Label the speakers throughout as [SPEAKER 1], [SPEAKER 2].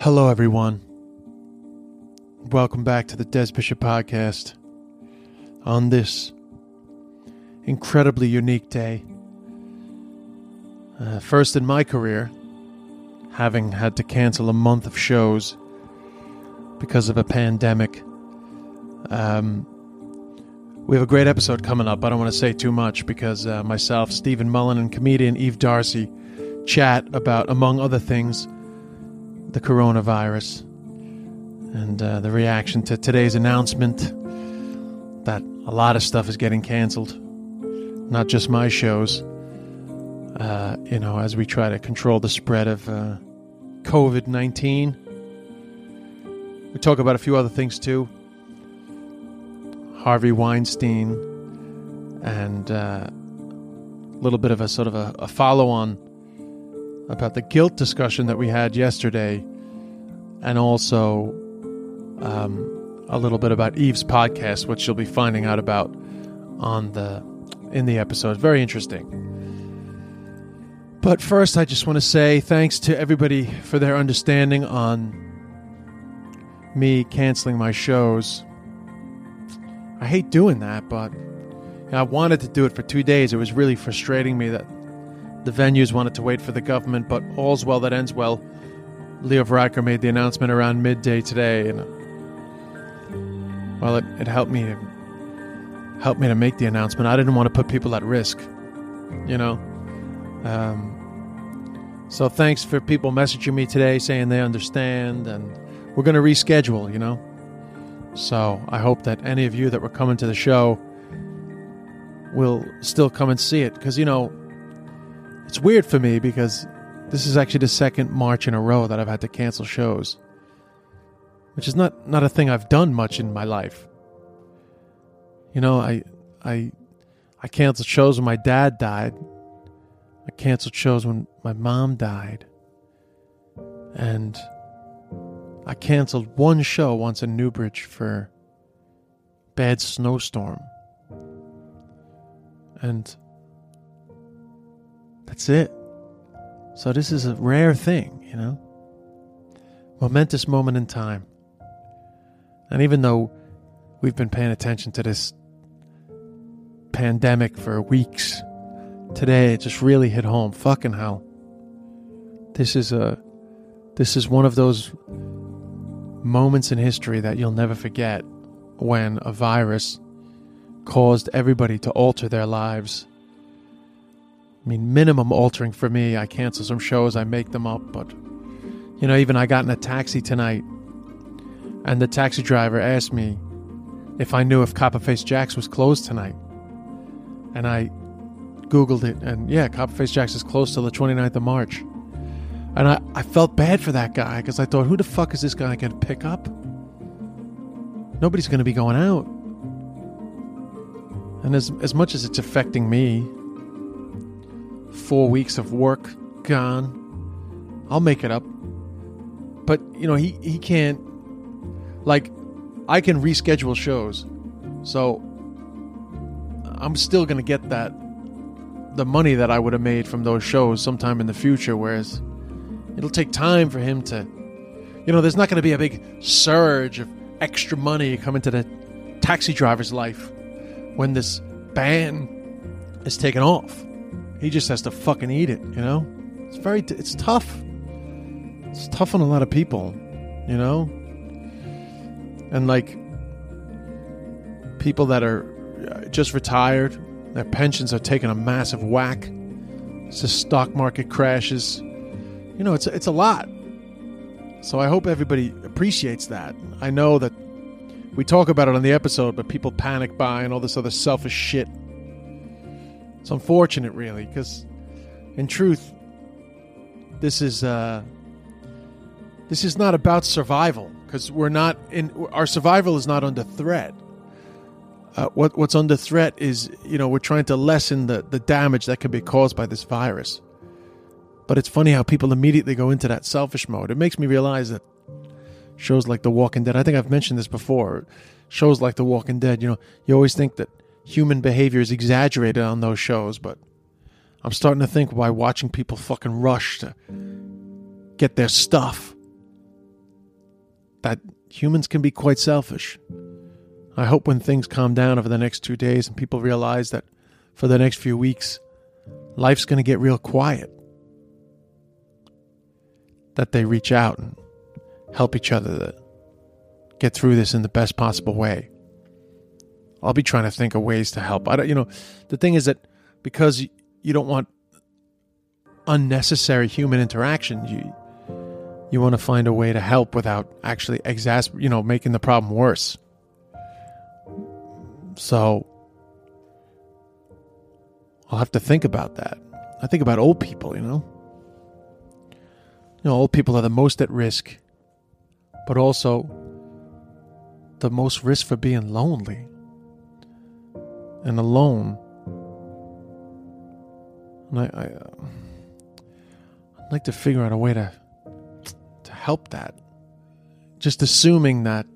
[SPEAKER 1] Hello, everyone. Welcome back to the Des Bishop Podcast. On this incredibly unique day, uh, first in my career, having had to cancel a month of shows because of a pandemic. Um, we have a great episode coming up. I don't want to say too much because uh, myself, Stephen Mullen, and comedian Eve Darcy chat about, among other things, the coronavirus and uh, the reaction to today's announcement that a lot of stuff is getting canceled, not just my shows. Uh, you know, as we try to control the spread of uh, COVID 19, we talk about a few other things too. Harvey Weinstein and uh, a little bit of a sort of a, a follow on about the guilt discussion that we had yesterday, and also um, a little bit about Eve's podcast, which you'll be finding out about on the in the episode. Very interesting. But first, I just want to say thanks to everybody for their understanding on me canceling my shows. I hate doing that, but and I wanted to do it for two days. It was really frustrating me that the venues wanted to wait for the government, but all's well that ends well. Leo Varadkar made the announcement around midday today, and well, it, it helped me helped me to make the announcement. I didn't want to put people at risk, you know. Um, so thanks for people messaging me today saying they understand, and we're going to reschedule, you know. So I hope that any of you that were coming to the show will still come and see it because you know it's weird for me because this is actually the second March in a row that I've had to cancel shows, which is not not a thing I've done much in my life. You know, I I I canceled shows when my dad died. I canceled shows when my mom died. And I canceled one show once in Newbridge for bad snowstorm. And that's it. So this is a rare thing, you know? Momentous moment in time. And even though we've been paying attention to this pandemic for weeks, today it just really hit home. Fucking hell. This is a this is one of those moments in history that you'll never forget when a virus caused everybody to alter their lives. I mean, minimum altering for me. I cancel some shows, I make them up, but you know, even I got in a taxi tonight, and the taxi driver asked me if I knew if Copperface Jacks was closed tonight, and I googled it, and yeah, Copperface Jacks is closed till the 29th of March. And I, I felt bad for that guy because I thought, who the fuck is this guy going to pick up? Nobody's going to be going out. And as, as much as it's affecting me, four weeks of work gone. I'll make it up. But you know, he he can't like I can reschedule shows. So I'm still going to get that the money that I would have made from those shows sometime in the future whereas it'll take time for him to you know, there's not going to be a big surge of extra money coming to the taxi driver's life when this ban is taken off. He just has to fucking eat it, you know? It's very, it's tough. It's tough on a lot of people, you know? And like, people that are uh, just retired, their pensions are taking a massive whack. It's the stock market crashes. You know, it's, it's a lot. So I hope everybody appreciates that. I know that we talk about it on the episode, but people panic buy and all this other selfish shit. It's unfortunate, really, because in truth, this is uh, this is not about survival because we're not in our survival is not under threat. Uh, what what's under threat is you know we're trying to lessen the the damage that can be caused by this virus. But it's funny how people immediately go into that selfish mode. It makes me realize that shows like The Walking Dead. I think I've mentioned this before. Shows like The Walking Dead, you know, you always think that human behavior is exaggerated on those shows, but I'm starting to think why watching people fucking rush to get their stuff that humans can be quite selfish. I hope when things calm down over the next 2 days and people realize that for the next few weeks life's going to get real quiet that they reach out and help each other to get through this in the best possible way. I'll be trying to think of ways to help. I don't, you know, the thing is that because y- you don't want unnecessary human interaction, you you want to find a way to help without actually exasper, you know, making the problem worse. So I'll have to think about that. I think about old people, you know. You know, old people are the most at risk but also the most risk for being lonely. And alone, and I, I, uh, I'd like to figure out a way to to help that. Just assuming that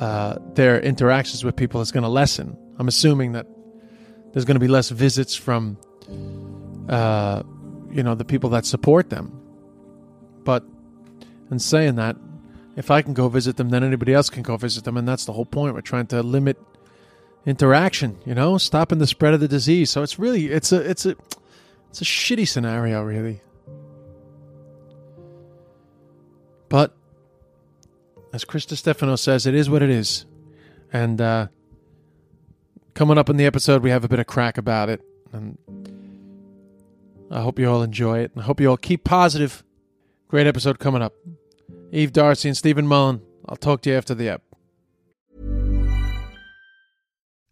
[SPEAKER 1] uh, their interactions with people is going to lessen. I'm assuming that there's going to be less visits from, uh, you know, the people that support them. But and saying that if I can go visit them, then anybody else can go visit them. And that's the whole point. We're trying to limit interaction, you know, stopping the spread of the disease. So it's really it's a it's a it's a shitty scenario, really. But as Chris Stefano says, it is what it is. And uh, coming up in the episode, we have a bit of crack about it. And I hope you all enjoy it. And I hope you all keep positive. Great episode coming up. Eve Darcy and Stephen Mullen. I'll talk to you after the app.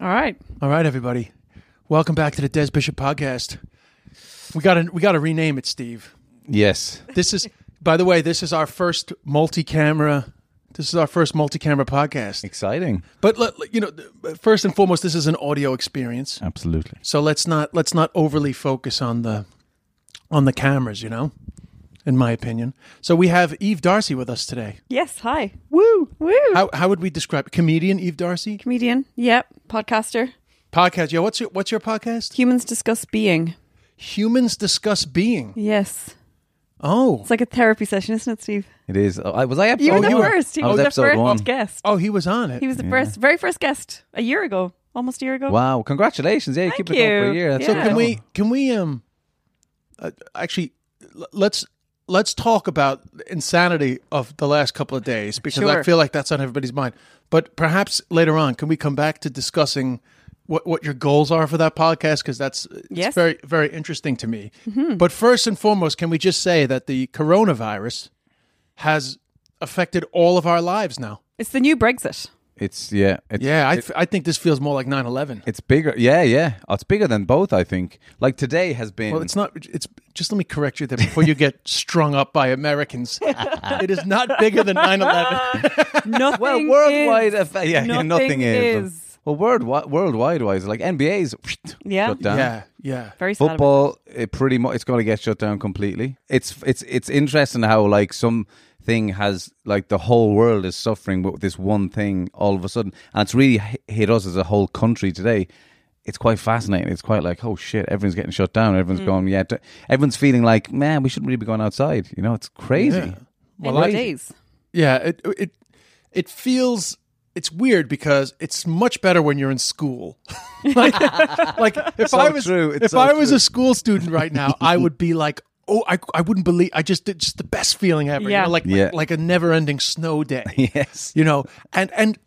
[SPEAKER 2] All right.
[SPEAKER 1] All right, everybody. Welcome back to the Des Bishop podcast. We got to we got to rename it, Steve.
[SPEAKER 3] Yes.
[SPEAKER 1] This is by the way, this is our first multi-camera this is our first multi-camera podcast.
[SPEAKER 3] Exciting.
[SPEAKER 1] But let, you know, first and foremost, this is an audio experience.
[SPEAKER 3] Absolutely.
[SPEAKER 1] So let's not let's not overly focus on the on the cameras, you know, in my opinion. So we have Eve Darcy with us today.
[SPEAKER 2] Yes. Hi. Woo. Woo.
[SPEAKER 1] How how would we describe comedian Eve Darcy?
[SPEAKER 2] Comedian. Yep. Podcaster.
[SPEAKER 1] Podcast. Yeah, what's your what's your podcast?
[SPEAKER 2] Humans discuss being.
[SPEAKER 1] Humans discuss being.
[SPEAKER 2] Yes.
[SPEAKER 1] Oh.
[SPEAKER 2] It's like a therapy session, isn't it, Steve?
[SPEAKER 3] It is. Oh, I, was I episode
[SPEAKER 2] You were the
[SPEAKER 1] you were-
[SPEAKER 2] first. He
[SPEAKER 3] I
[SPEAKER 2] was,
[SPEAKER 3] was
[SPEAKER 2] the
[SPEAKER 3] episode
[SPEAKER 2] first
[SPEAKER 3] one.
[SPEAKER 2] guest.
[SPEAKER 1] Oh, he was on it.
[SPEAKER 2] He was the first, very first guest a year ago, almost a year ago.
[SPEAKER 3] Wow. Congratulations. Yeah, you
[SPEAKER 2] Thank
[SPEAKER 3] keep it going for
[SPEAKER 2] you.
[SPEAKER 3] a year. That's
[SPEAKER 2] So
[SPEAKER 3] a
[SPEAKER 2] Yeah.
[SPEAKER 3] good
[SPEAKER 1] Can we
[SPEAKER 3] one.
[SPEAKER 1] can we um uh, actually l- let's let's talk about insanity of the last couple of days because I
[SPEAKER 2] Sure.
[SPEAKER 1] feel like that's on everybody's mind. But perhaps later on, can we come back to discussing what what your goals are for that podcast because that's it's
[SPEAKER 2] Yes. Mm-hmm.
[SPEAKER 1] very very interesting to me. But first and foremost, can we just say that the coronavirus has affected all of our lives now?
[SPEAKER 2] It's the new Brexit.
[SPEAKER 3] It's yeah. It's,
[SPEAKER 1] yeah, I, f- I think this feels more like 9 11.
[SPEAKER 3] It's bigger. Yeah, yeah. Oh, it's bigger than both. I think. Like today has been.
[SPEAKER 1] Well, it's not. It's just let me correct you there before you get strung up by Americans. it is not bigger than 9/11.
[SPEAKER 2] Nothing.
[SPEAKER 3] well, worldwide.
[SPEAKER 2] is.
[SPEAKER 3] affa- yeah, yeah,
[SPEAKER 2] Nothing
[SPEAKER 3] nothing is.
[SPEAKER 2] is.
[SPEAKER 3] Well, worldwide, worldwide wise, like NBA's
[SPEAKER 2] Yeah.
[SPEAKER 3] shut down.
[SPEAKER 1] yeah, yeah.
[SPEAKER 2] Very sad. about
[SPEAKER 3] Football, it pretty much, it's going to get shut down completely. It's it's it's interesting how like some thing has like the whole world is suffering with this one thing all of a sudden, and it's really hi- hit us as a whole country today. It's quite fascinating. It's quite like oh shit, everyone's getting shut down. Everyone's going yeah. d- Everyone's feeling like man, we shouldn't really be going outside. You know, it's crazy.
[SPEAKER 1] Yeah. I-
[SPEAKER 2] it. End of days.
[SPEAKER 1] Yeah, it it it feels it's weird because it's much better when you're in school. like, like if
[SPEAKER 3] So
[SPEAKER 1] I was
[SPEAKER 3] true, it's
[SPEAKER 1] if
[SPEAKER 3] so
[SPEAKER 1] I was
[SPEAKER 3] true.
[SPEAKER 1] a school student right now, I would be like, oh, I, I wouldn't believe I just it's just the best feeling ever. you
[SPEAKER 2] Yeah.
[SPEAKER 1] know, like
[SPEAKER 3] Yeah.
[SPEAKER 1] like a never ending snow day.
[SPEAKER 3] Yes.
[SPEAKER 1] you know, and and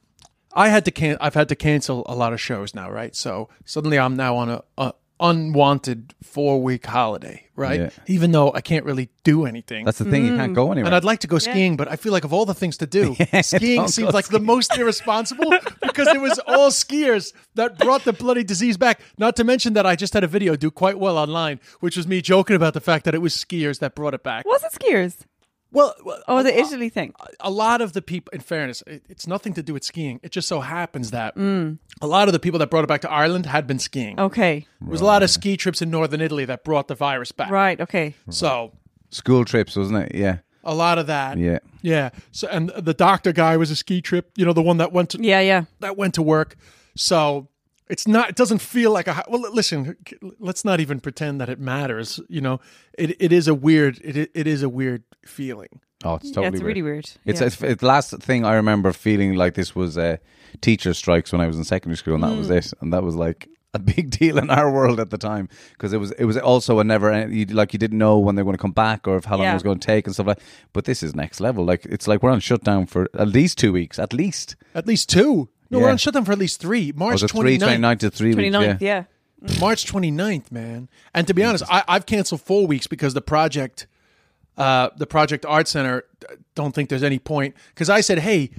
[SPEAKER 1] I had to can I've had to cancel a lot of shows now, right? So suddenly I'm now on a. a unwanted four week holiday right
[SPEAKER 3] Yeah.
[SPEAKER 1] even though i can't really do anything
[SPEAKER 3] That's the thing. You can't go anywhere.
[SPEAKER 1] and I'd like to go skiing, but I feel like of all the things to do, skiing
[SPEAKER 3] don't
[SPEAKER 1] seems
[SPEAKER 3] go
[SPEAKER 1] like the most irresponsible because it was all skiers that brought the bloody disease back. Not to mention that I just had a video do quite well online, which was me joking about the fact that it was skiers that brought it back.
[SPEAKER 2] Was it skiers?
[SPEAKER 1] Well, well,
[SPEAKER 2] Oh,
[SPEAKER 1] a
[SPEAKER 2] the
[SPEAKER 1] lo-
[SPEAKER 2] Italy thing.
[SPEAKER 1] a lot of the people, in fairness, it, it's nothing to do with skiing. It just so happens that
[SPEAKER 2] Mm.
[SPEAKER 1] a lot of the people that brought it back to Ireland had been skiing.
[SPEAKER 2] Okay.
[SPEAKER 1] There was a lot of ski trips in northern Italy that brought the virus back.
[SPEAKER 2] Right. Okay.
[SPEAKER 1] So
[SPEAKER 3] School trips, wasn't it? Yeah.
[SPEAKER 1] a lot of that.
[SPEAKER 3] Yeah.
[SPEAKER 1] Yeah. So and the doctor guy was a ski trip, you know, the one that went to,
[SPEAKER 2] Yeah. Yeah.
[SPEAKER 1] that went to work. So it's not it doesn't feel like a hi- well listen, let's not even pretend that it matters, you know. It it is a weird it it is a weird feeling.
[SPEAKER 3] Oh, it's totally
[SPEAKER 2] yeah it's really weird.
[SPEAKER 3] It's,
[SPEAKER 2] yeah.
[SPEAKER 3] it's, it's the last thing I remember feeling like this was uh, teacher strikes when I was in secondary school, and that was it. And that was like a big deal in our world at the time because it was it was also a never en- you, like you didn't know when they were going to come back or if how long
[SPEAKER 2] Yeah.
[SPEAKER 3] it was going to take and stuff like. But this is next level. Like it's like we're on shutdown for at least two weeks, at least.
[SPEAKER 1] At least two. No, we're
[SPEAKER 3] Yeah.
[SPEAKER 1] on shutdown for at least 3.
[SPEAKER 3] Or
[SPEAKER 1] March
[SPEAKER 3] was it three,
[SPEAKER 1] 29th.
[SPEAKER 3] 29 to three
[SPEAKER 2] 29th.
[SPEAKER 3] weeks? Yeah.
[SPEAKER 2] Yeah.
[SPEAKER 3] Mm.
[SPEAKER 1] March 29th, man. And to be honest, I, I've canceled four weeks because the project, uh, the Project Art Center, uh, don't think there's any point. Because I said, hey,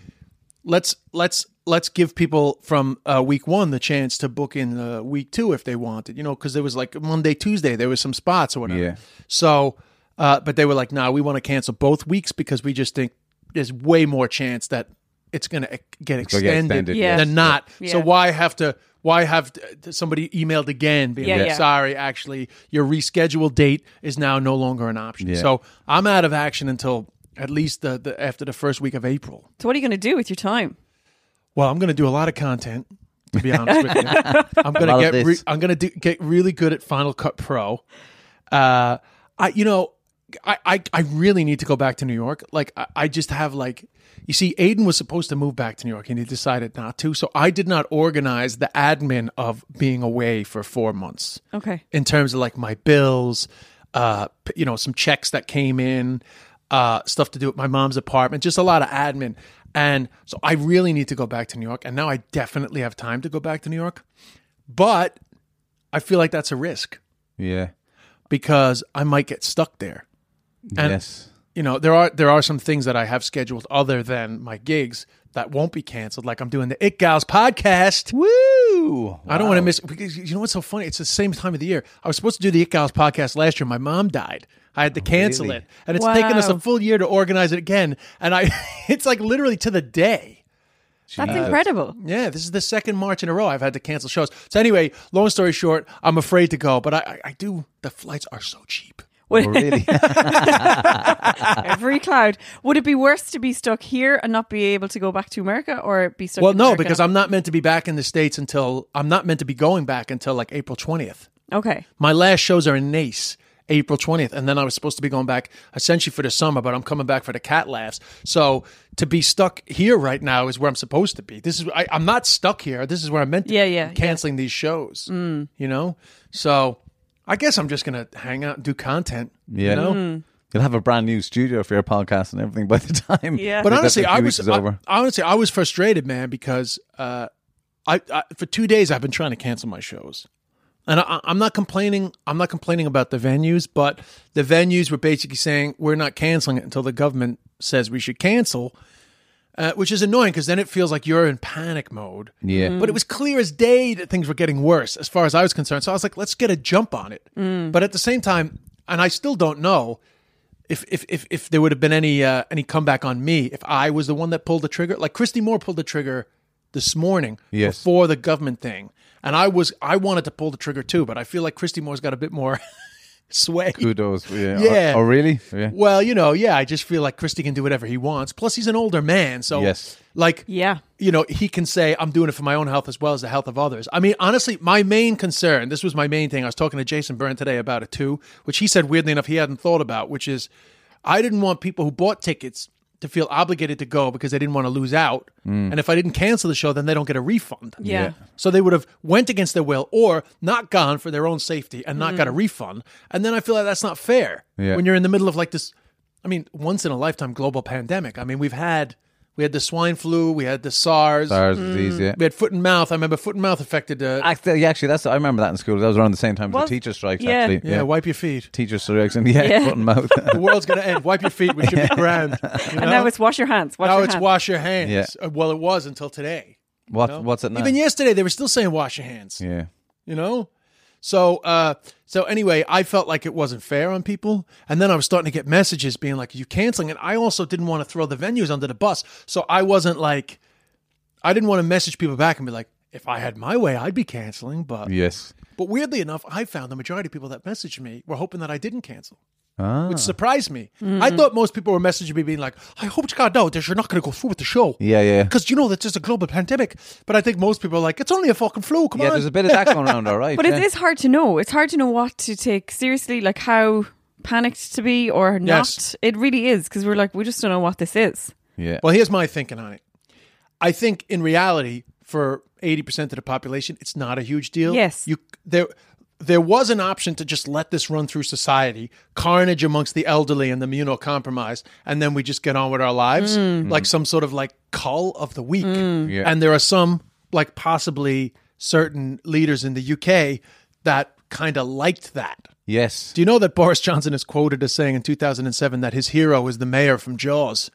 [SPEAKER 1] let's let's let's give people from uh, week one the chance to book in uh, week two if they wanted, you know, because there was like Monday, Tuesday, there was some spots or whatever.
[SPEAKER 3] Yeah.
[SPEAKER 1] So, uh, but they were like, nah, we want to cancel both weeks because we just think there's way more chance that it's going to get
[SPEAKER 3] gonna get
[SPEAKER 1] extended,
[SPEAKER 3] extended,
[SPEAKER 2] yeah.
[SPEAKER 1] than not. So
[SPEAKER 2] Yeah.
[SPEAKER 1] why have to? Why have t- somebody emailed again? Being
[SPEAKER 2] Yeah,
[SPEAKER 1] like,
[SPEAKER 2] yeah.
[SPEAKER 1] sorry, actually, your rescheduled date is now no longer an option.
[SPEAKER 3] Yeah.
[SPEAKER 1] So I'm out of action until at least the, the after the first week of April.
[SPEAKER 2] So what are you going to do with your time?
[SPEAKER 1] Well, I'm going to do a lot of content. To be honest with you, I'm going
[SPEAKER 3] lot
[SPEAKER 1] to
[SPEAKER 3] of
[SPEAKER 1] get re-
[SPEAKER 3] this.
[SPEAKER 1] I'm going to do, get really good at Final Cut Pro. Uh, I you know. I, I, I really need to go back to New York. Like I, I just have like you see, Aiden was supposed to move back to New York and he decided not to. So I did not organize the admin of being away for four months
[SPEAKER 2] Okay.
[SPEAKER 1] in terms of like my bills, uh, p- you know, some checks that came in, uh, stuff to do at my mom's apartment, just a lot of admin. And so I really need to go back to New York. And now I definitely have time to go back to New York. But I feel like that's a risk
[SPEAKER 3] Yeah.
[SPEAKER 1] because I might get stuck there. And-
[SPEAKER 3] yes.
[SPEAKER 1] You know, there are there are some things that I have scheduled other than my gigs that won't be canceled. Like I'm doing the It Gals podcast.
[SPEAKER 3] Woo!
[SPEAKER 1] I don't want to
[SPEAKER 3] Wow.
[SPEAKER 1] miss because you know what's so funny? It's the same time of the year. I was supposed to do the It Gals podcast last year. My mom died. I had to cancel
[SPEAKER 3] really?
[SPEAKER 1] it, and it's taken us a
[SPEAKER 2] Wow.
[SPEAKER 1] full year to organize it again. And I, it's like literally to the day.
[SPEAKER 2] That's incredible.
[SPEAKER 1] Yeah, this is the second March in a row I've had to cancel shows. So anyway, long story short, I'm afraid to go, but I, I, I do. The flights are so cheap.
[SPEAKER 2] Would-
[SPEAKER 3] Oh, Really?
[SPEAKER 2] every cloud. Would it be worse to be stuck here and not be able to go back to America, or be stuck?
[SPEAKER 1] Well,
[SPEAKER 2] in
[SPEAKER 1] no,
[SPEAKER 2] America?
[SPEAKER 1] because I'm not meant to be back in the states until I'm not meant to be going back until like April 20th.
[SPEAKER 2] okay.
[SPEAKER 1] My last shows are in Nace, April 20th. And then I was supposed to be going back essentially for the summer, but I'm coming back for the cat laughs. So to be stuck here right now is where I'm supposed to be. This is, I, I'm not stuck here. This is where I'm meant to
[SPEAKER 2] Yeah,
[SPEAKER 1] be.
[SPEAKER 2] yeah, Mm.
[SPEAKER 1] I'm Canceling these shows, you know? So I guess I'm just going to hang out and do content.
[SPEAKER 3] Yeah.
[SPEAKER 1] You know?
[SPEAKER 2] Mm.
[SPEAKER 3] You'll have a brand new studio for your podcast and everything by the time.
[SPEAKER 2] Yeah.
[SPEAKER 1] But
[SPEAKER 3] Like,
[SPEAKER 1] honestly,
[SPEAKER 3] after a
[SPEAKER 1] I
[SPEAKER 3] few
[SPEAKER 1] was
[SPEAKER 3] weeks is
[SPEAKER 1] I-
[SPEAKER 3] over.
[SPEAKER 1] honestly I was frustrated, man, because uh, I, I for two days I've been trying to cancel my shows, and I- I, I'm not complaining. I'm not complaining about the venues, but the venues were basically saying we're not canceling it until the government says we should cancel. uh, which is annoying because then it feels like you're in panic mode.
[SPEAKER 3] Yeah.
[SPEAKER 1] But it was clear as day that things were getting worse as far as I was concerned. So I was like, let's get a jump on it. But at the same time, and I still don't know if if if, if there would have been any uh, any comeback on me if I was the one that pulled the trigger. Like Christy Moore pulled the trigger this morning
[SPEAKER 3] Yes.
[SPEAKER 1] before the government thing. And I was I wanted to pull the trigger too, but I feel like Christy Moore's got a bit more sway.
[SPEAKER 3] Kudos. Yeah.
[SPEAKER 1] Yeah.
[SPEAKER 3] Oh, oh, really? Yeah.
[SPEAKER 1] Well, you know, yeah, I just feel like Christie can do whatever he wants. Plus, he's an older man, so
[SPEAKER 3] Yes.
[SPEAKER 1] like,
[SPEAKER 2] Yeah.
[SPEAKER 1] you know, he can say, "I'm doing it for my own health as well as the health of others." I mean, honestly, my main concern. This was my main thing. I was talking to Jason Byrne today about it too, which he said weirdly enough he hadn't thought about, which is, I didn't want people who bought tickets to feel obligated to go because they didn't want to lose out, and if I didn't cancel the show, then they don't get a refund.
[SPEAKER 2] Yeah. Yeah.
[SPEAKER 1] So they would have went against their will or not gone for their own safety and not got
[SPEAKER 2] Mm-hmm.
[SPEAKER 1] a refund. And then I feel like that's not fair
[SPEAKER 3] Yeah.
[SPEAKER 1] when you're in the middle of like this. I mean, once in a lifetime global pandemic. I mean, we've had we had the swine flu, we had the SARS,
[SPEAKER 3] SARS disease. Yeah.
[SPEAKER 1] we had foot and mouth. I remember foot and mouth affected. Uh,
[SPEAKER 3] Hmm. Actually, yeah, actually, that's I remember that in school. That was around the same time as
[SPEAKER 2] Well,
[SPEAKER 3] the teacher strikes.
[SPEAKER 2] yeah.
[SPEAKER 3] Actually,
[SPEAKER 1] yeah, wipe your feet.
[SPEAKER 3] teacher strikes and yeah,
[SPEAKER 2] Yeah.
[SPEAKER 3] foot and mouth.
[SPEAKER 1] The world's gonna end. Wipe your feet. We should be grand. you know?
[SPEAKER 2] And now it's wash your hands. Wash
[SPEAKER 1] Now
[SPEAKER 2] your
[SPEAKER 1] it's
[SPEAKER 2] hands.
[SPEAKER 1] wash your hands.
[SPEAKER 3] Yeah.
[SPEAKER 1] Uh, Well, it was until today.
[SPEAKER 3] what? What's it now?
[SPEAKER 1] Even yesterday, they were still saying wash your hands.
[SPEAKER 3] yeah.
[SPEAKER 1] you know so uh so anyway i felt like it wasn't fair on people and then i was starting to get messages being like you canceling and i also didn't want to throw the venues under the bus so i wasn't like i didn't want to message people back and be like if i had my way i'd be canceling but
[SPEAKER 3] Yes.
[SPEAKER 1] but weirdly enough i found the majority of people that messaged me were hoping that i didn't cancel
[SPEAKER 3] Ah.
[SPEAKER 1] which surprised me i thought most people were messaging me being like i hope to god no that you're not going to go through with the show
[SPEAKER 3] Yeah, yeah.
[SPEAKER 1] because you know that's just a global pandemic but i think most people are like it's only a fucking flu come
[SPEAKER 3] yeah,
[SPEAKER 1] on
[SPEAKER 3] there's a bit of that going around, all right.
[SPEAKER 2] But
[SPEAKER 3] yeah.
[SPEAKER 2] it is hard to know. It's hard to know what to take seriously, like how panicked to be or not.
[SPEAKER 1] Yes.
[SPEAKER 2] It really is because we're like, we just don't know what this is.
[SPEAKER 3] Yeah.
[SPEAKER 1] Well, here's my thinking on it. I think in reality, for 80% of the population, it's not a huge deal.
[SPEAKER 2] Yes.
[SPEAKER 1] You there there was an option to just let this run through society, carnage amongst the elderly and the immunocompromised, and then we just get on with our lives like some sort of like cull of the week.
[SPEAKER 3] Yeah.
[SPEAKER 1] And there are some like possibly certain leaders in the UK that kind of liked that.
[SPEAKER 3] yes.
[SPEAKER 1] Do you know that Boris Johnson is quoted as saying in 2007 that his hero is the mayor from Jaws?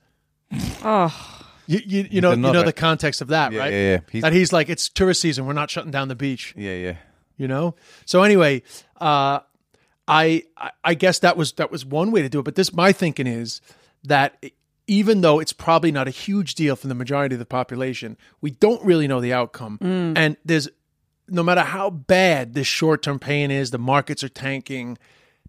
[SPEAKER 2] Oh,
[SPEAKER 1] You, you, you know you know
[SPEAKER 3] another-
[SPEAKER 1] the context of that,
[SPEAKER 3] Yeah,
[SPEAKER 1] right?
[SPEAKER 3] yeah, yeah. He's-
[SPEAKER 1] that he's like it's tourist season. We're not shutting down the beach,
[SPEAKER 3] yeah, yeah.
[SPEAKER 1] you know. So anyway, uh, I I- I guess that was that was one way to do it. But this my thinking is that e, even though it's probably not a huge deal for the majority of the population, we don't really know the outcome,
[SPEAKER 2] Mm.
[SPEAKER 1] and there's no matter how bad this short term pain is, the markets are tanking.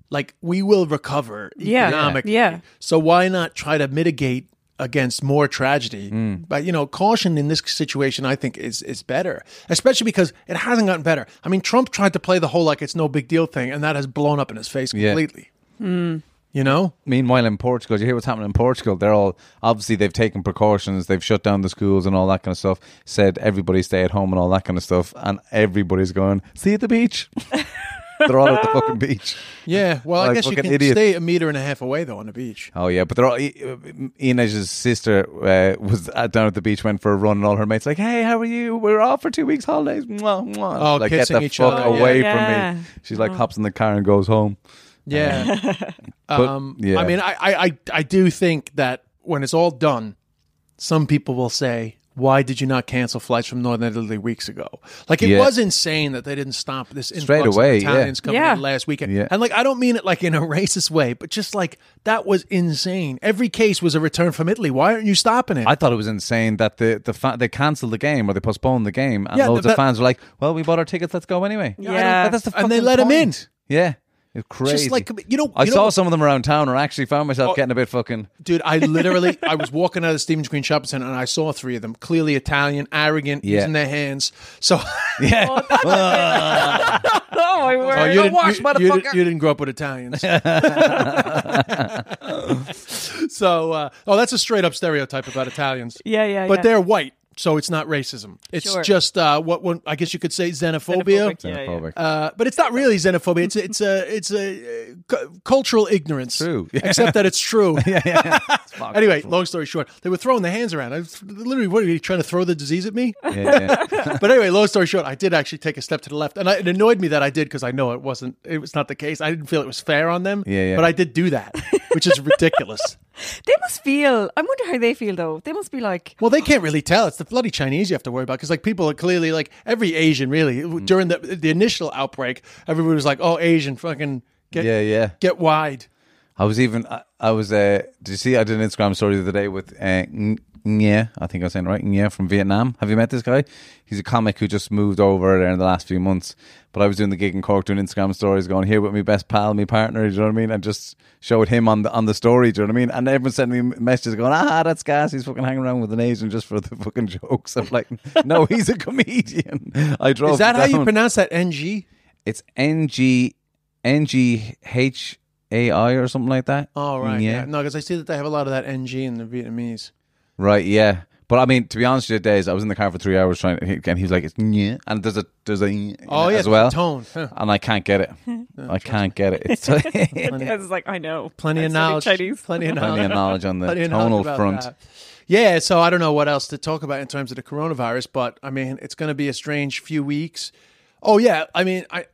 [SPEAKER 1] Like we will recover
[SPEAKER 2] Yeah.
[SPEAKER 1] economically.
[SPEAKER 2] Yeah.
[SPEAKER 1] So why not try to mitigate against more tragedy? But you know, caution in this situation, I think, is is better, especially because it hasn't gotten better. I mean, Trump tried to play the whole like it's no big deal thing, and that has blown up in his face
[SPEAKER 3] Yeah.
[SPEAKER 1] completely.
[SPEAKER 2] Mm.
[SPEAKER 1] You know,
[SPEAKER 3] Meanwhile, in Portugal, do you hear what's happening in Portugal? They're all obviously they've taken precautions, they've shut down the schools and all that kind of stuff. Said everybody stay at home and all that kind of stuff, and everybody's going see you at the beach. they're all at the fucking beach.
[SPEAKER 1] yeah. Well, I
[SPEAKER 3] Like
[SPEAKER 1] guess you
[SPEAKER 3] fucking
[SPEAKER 1] can
[SPEAKER 3] idiots.
[SPEAKER 1] stay a meter and a half away though on the beach.
[SPEAKER 3] Oh yeah, but they're all. E, Inez's sister uh, was at, down at the beach, went for a run, and all her mates like, "Hey, how are you? We're off for two weeks holidays." Mwah, mwah.
[SPEAKER 1] Oh,
[SPEAKER 3] like,
[SPEAKER 1] kissing
[SPEAKER 3] get the
[SPEAKER 1] each
[SPEAKER 3] fuck
[SPEAKER 1] other, yeah.
[SPEAKER 3] away
[SPEAKER 2] Yeah.
[SPEAKER 3] from me. She like hops in the car and goes home.
[SPEAKER 1] Yeah. um,
[SPEAKER 3] yeah.
[SPEAKER 1] I mean, I, I, I, I do think that when it's all done, some people will say, why did you not cancel flights from Northern Italy weeks ago? Like it
[SPEAKER 3] Yeah.
[SPEAKER 1] was insane that they didn't stop this
[SPEAKER 3] Straight
[SPEAKER 1] influx
[SPEAKER 3] away,
[SPEAKER 1] of
[SPEAKER 3] yeah.
[SPEAKER 1] Italians coming
[SPEAKER 2] Yeah.
[SPEAKER 1] in last weekend.
[SPEAKER 3] Yeah.
[SPEAKER 1] And like, I don't mean it like in a racist way, but just like that was insane. Every case was a return from Italy. Why aren't you stopping it?
[SPEAKER 3] I thought it was insane that the the fa- they cancelled the game or they postponed the game, and
[SPEAKER 1] Yeah,
[SPEAKER 3] loads
[SPEAKER 1] that-
[SPEAKER 3] of fans were like, "Well, we bought our tickets, let's go anyway."
[SPEAKER 2] Yeah. I know, but that's
[SPEAKER 1] the And they fucking let 'em in. point.
[SPEAKER 3] Yeah, it's crazy.
[SPEAKER 1] like, you know-
[SPEAKER 3] I
[SPEAKER 1] you
[SPEAKER 3] saw
[SPEAKER 1] know-
[SPEAKER 3] some of them around town, and I actually found myself getting a bit fucking.
[SPEAKER 1] Dude, I literally I was walking out of the Stevens Green Shopping Center and I saw three of them. Clearly Italian, arrogant,
[SPEAKER 3] Yeah.
[SPEAKER 1] using their hands. So
[SPEAKER 3] Yeah,
[SPEAKER 2] oh my word.
[SPEAKER 1] Oh, you,
[SPEAKER 2] Don't
[SPEAKER 1] didn't,
[SPEAKER 2] wash,
[SPEAKER 1] you-
[SPEAKER 2] motherfucker.
[SPEAKER 1] you didn't- you didn't grow up with Italians. so, uh, oh, that's a straight up stereotype about Italians.
[SPEAKER 2] Yeah, yeah,
[SPEAKER 1] But
[SPEAKER 2] yeah.
[SPEAKER 1] they're white, so it's not racism. It's
[SPEAKER 2] Sure.
[SPEAKER 1] just uh, what one I guess you could say xenophobia.
[SPEAKER 2] Xenophobic, yeah, yeah.
[SPEAKER 3] Xenophobic.
[SPEAKER 1] Uh, but it's not really xenophobia. It's it's a it's a uh, cu- cultural ignorance.
[SPEAKER 3] True.
[SPEAKER 1] except that it's true.
[SPEAKER 3] fuck.
[SPEAKER 1] Anyway, long story short, they were throwing their hands around. I was literally, what are you trying to throw the disease at me?
[SPEAKER 3] Yeah, yeah.
[SPEAKER 1] but anyway, long story short, I did actually take a step to the left, and I, it annoyed me that I did because I know it wasn't. It was not the case. I didn't feel it was fair on them.
[SPEAKER 3] Yeah, yeah.
[SPEAKER 1] But I did do that, which is ridiculous.
[SPEAKER 2] They must feel. I wonder how they feel though. They must be like,
[SPEAKER 1] well, they can't really tell. It's the bloody Chinese you have to worry about because like people are clearly like every Asian really
[SPEAKER 3] Mm.
[SPEAKER 1] during the the initial outbreak, everybody was like, "Oh, Asian, fucking get
[SPEAKER 3] yeah, yeah.
[SPEAKER 1] get wide."
[SPEAKER 3] I was even. I, I was. Uh, did you see? I did an Instagram story the other day with uh, Nye. I think I was saying it right. Nye from Vietnam. Have you met this guy? He's a comic who just moved over there in the last few months. But I was doing the gig in Cork, doing Instagram stories, going here with my best pal, my partner. Do you know what I mean? And just showed him on the on the story. Do you know what I mean? And everyone sent me messages going, "Ah, that's gas. He's fucking hanging around with an Asian just for the fucking jokes." I'm like, "No, he's a comedian." I drove.
[SPEAKER 1] Is that how you
[SPEAKER 3] down.
[SPEAKER 1] pronounce that? Ng.
[SPEAKER 3] It's N G N G H A I or something like that.
[SPEAKER 1] Oh right,
[SPEAKER 3] Nye.
[SPEAKER 1] yeah. No, because I see that they have a lot of that ng in the Vietnamese.
[SPEAKER 3] Right, yeah. But I mean, to be honest, with you, days I was in the car for three hours trying, to, and he was like, "It's yeah," and there's a there's a "nye" in
[SPEAKER 1] Oh
[SPEAKER 3] it
[SPEAKER 1] yeah,
[SPEAKER 3] as well,
[SPEAKER 1] tone. Huh.
[SPEAKER 3] and I can't get it. I can't get it. It's plenty
[SPEAKER 2] I was like, I know.
[SPEAKER 1] Plenty
[SPEAKER 2] I
[SPEAKER 1] of
[SPEAKER 2] studied
[SPEAKER 1] knowledge.
[SPEAKER 2] Chinese.
[SPEAKER 1] Plenty of knowledge.
[SPEAKER 3] of knowledge on the
[SPEAKER 1] Plenty of knowledge
[SPEAKER 3] tonal
[SPEAKER 1] about
[SPEAKER 3] front.
[SPEAKER 1] that. Yeah, so I don't know what else to talk about in terms of the coronavirus, but I mean, it's going to be a strange few weeks. Oh yeah, I mean, I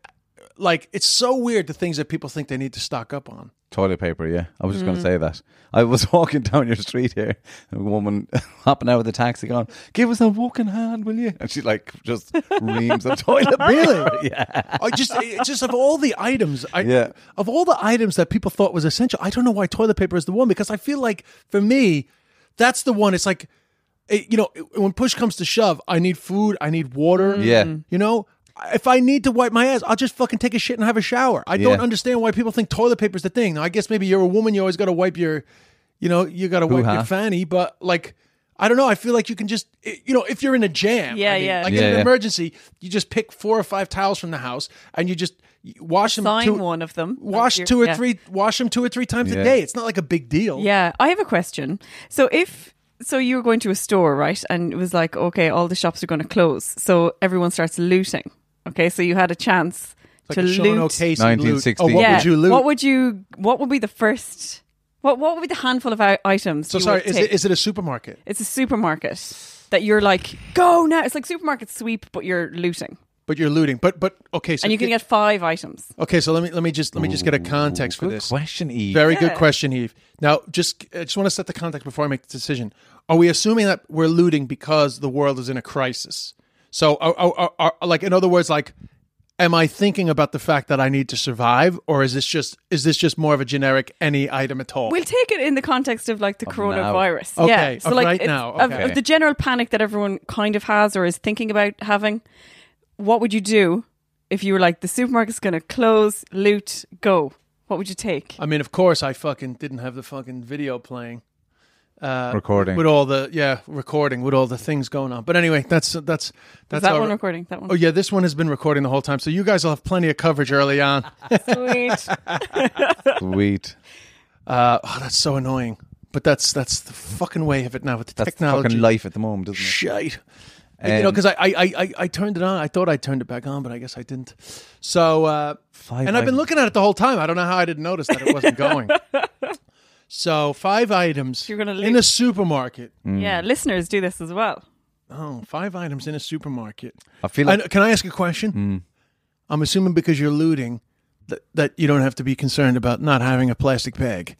[SPEAKER 1] like it's so weird the things that people think they need to stock up on.
[SPEAKER 3] Toilet paper, yeah. I was just
[SPEAKER 2] Mm.
[SPEAKER 3] going to say that. I was walking down your street here, and a woman hopping out of the taxi, going, "Give us a walking hand, will you?" And she like just reams of toilet paper.
[SPEAKER 1] Really?
[SPEAKER 3] Yeah.
[SPEAKER 1] I just it- just of all the items, I,
[SPEAKER 3] Yeah.
[SPEAKER 1] of all the items that people thought was essential, I don't know why toilet paper is the one because I feel like for me, that's the one. It's like, it, you know, it- when push comes to shove, I need food, I need water.
[SPEAKER 3] Yeah. Mhm.
[SPEAKER 1] you know. If I need to wipe my ass, I'll just fucking take a shit and have a shower. I don't
[SPEAKER 3] Yeah.
[SPEAKER 1] understand why people think toilet paper's the thing. Now, I guess maybe you're a woman, you always got to wipe your, you know, you got to wipe your
[SPEAKER 3] Hoo-ha.
[SPEAKER 1] fanny. But like, I don't know. I feel like you can just, eh, you know, if you're in a jam,
[SPEAKER 2] Yeah,
[SPEAKER 1] I mean,
[SPEAKER 2] yeah.
[SPEAKER 1] like
[SPEAKER 3] Yeah,
[SPEAKER 1] in an
[SPEAKER 3] yeah.
[SPEAKER 1] emergency, you just pick four or five towels from the house and you just wash them.
[SPEAKER 2] Sign
[SPEAKER 1] two,
[SPEAKER 2] one of them.
[SPEAKER 1] Wash
[SPEAKER 2] Like
[SPEAKER 1] two or
[SPEAKER 2] your- yeah.
[SPEAKER 1] three. Wash them two or three times a
[SPEAKER 3] Yeah.
[SPEAKER 1] day. It's not like a big deal.
[SPEAKER 2] Yeah, I have a question. So if so, you were going to a store, right? And it was like, okay, all the shops are going to close, so everyone starts looting. Okay, so you had a chance
[SPEAKER 1] It's
[SPEAKER 2] to
[SPEAKER 1] like a Sean
[SPEAKER 2] loot.
[SPEAKER 1] O'Casey loot.
[SPEAKER 3] 1960.
[SPEAKER 1] Oh, what
[SPEAKER 2] yeah.
[SPEAKER 1] would you loot?
[SPEAKER 2] What would you? What would be the first? What What would be the handful of i- items?
[SPEAKER 1] so
[SPEAKER 2] you
[SPEAKER 1] sorry.
[SPEAKER 2] would
[SPEAKER 1] Is
[SPEAKER 2] take?
[SPEAKER 1] it, is it a supermarket?
[SPEAKER 2] it's a supermarket that you're like, go now. It's like supermarket sweep, but you're looting,
[SPEAKER 1] But you're looting. But but okay. So
[SPEAKER 2] and you can
[SPEAKER 1] thi-
[SPEAKER 2] get five items.
[SPEAKER 1] Okay, so let me let me just let me just get a context for
[SPEAKER 3] Good
[SPEAKER 1] this.
[SPEAKER 3] question, Eve.
[SPEAKER 1] Very good question, Eve. Now, just I just want to set the context before I make the decision. Are we assuming that we're looting because the world is in a crisis? So, are, are, are, are- like in other words, like, am I thinking about the fact that I need to survive, or is this just is this just more of a generic any item at all?
[SPEAKER 2] We'll take it in the context of like the
[SPEAKER 3] Of now.
[SPEAKER 2] coronavirus.
[SPEAKER 1] Oh. Okay,
[SPEAKER 2] yeah. So
[SPEAKER 1] of
[SPEAKER 2] like
[SPEAKER 1] right
[SPEAKER 2] it's-
[SPEAKER 1] now,
[SPEAKER 2] of-
[SPEAKER 1] okay.
[SPEAKER 2] of, the general panic that everyone kind of has or is thinking about having. What would you do if you were like the supermarket's going to close, loot, go? What would you take?
[SPEAKER 1] I mean, of course, I fucking didn't have the fucking video playing. Uh,
[SPEAKER 3] Recording.
[SPEAKER 1] with all the yeah recording with all the things going on but anyway that's that's that's
[SPEAKER 2] is that
[SPEAKER 1] our-
[SPEAKER 2] one recording? That one.
[SPEAKER 1] oh yeah this one has been recording the whole time so you guys will have plenty of coverage early on
[SPEAKER 2] Sweet.
[SPEAKER 3] Sweet.
[SPEAKER 1] Uh, oh, that's so annoying. But that's that's the fucking way of it now with the
[SPEAKER 3] That's
[SPEAKER 1] technology.
[SPEAKER 3] fucking life at the moment, isn't it?
[SPEAKER 1] Shite. you know,
[SPEAKER 3] Um,
[SPEAKER 1] because I, I, I- I, I turned it on. I thought I turned it back on, but I guess I didn't. So, uh,
[SPEAKER 3] Five
[SPEAKER 1] and I've been
[SPEAKER 3] items.
[SPEAKER 1] looking at it the whole time. I don't know how I didn't notice that it wasn't going. so, five items
[SPEAKER 2] You're gonna
[SPEAKER 1] in
[SPEAKER 2] leave-
[SPEAKER 1] a supermarket.
[SPEAKER 2] yeah, listeners do this as well.
[SPEAKER 1] Oh, five items in a supermarket.
[SPEAKER 3] I feel like Hmm.
[SPEAKER 1] And can I ask a question? I'm assuming because you're looting that, that you don't have to be concerned about not having a plastic bag.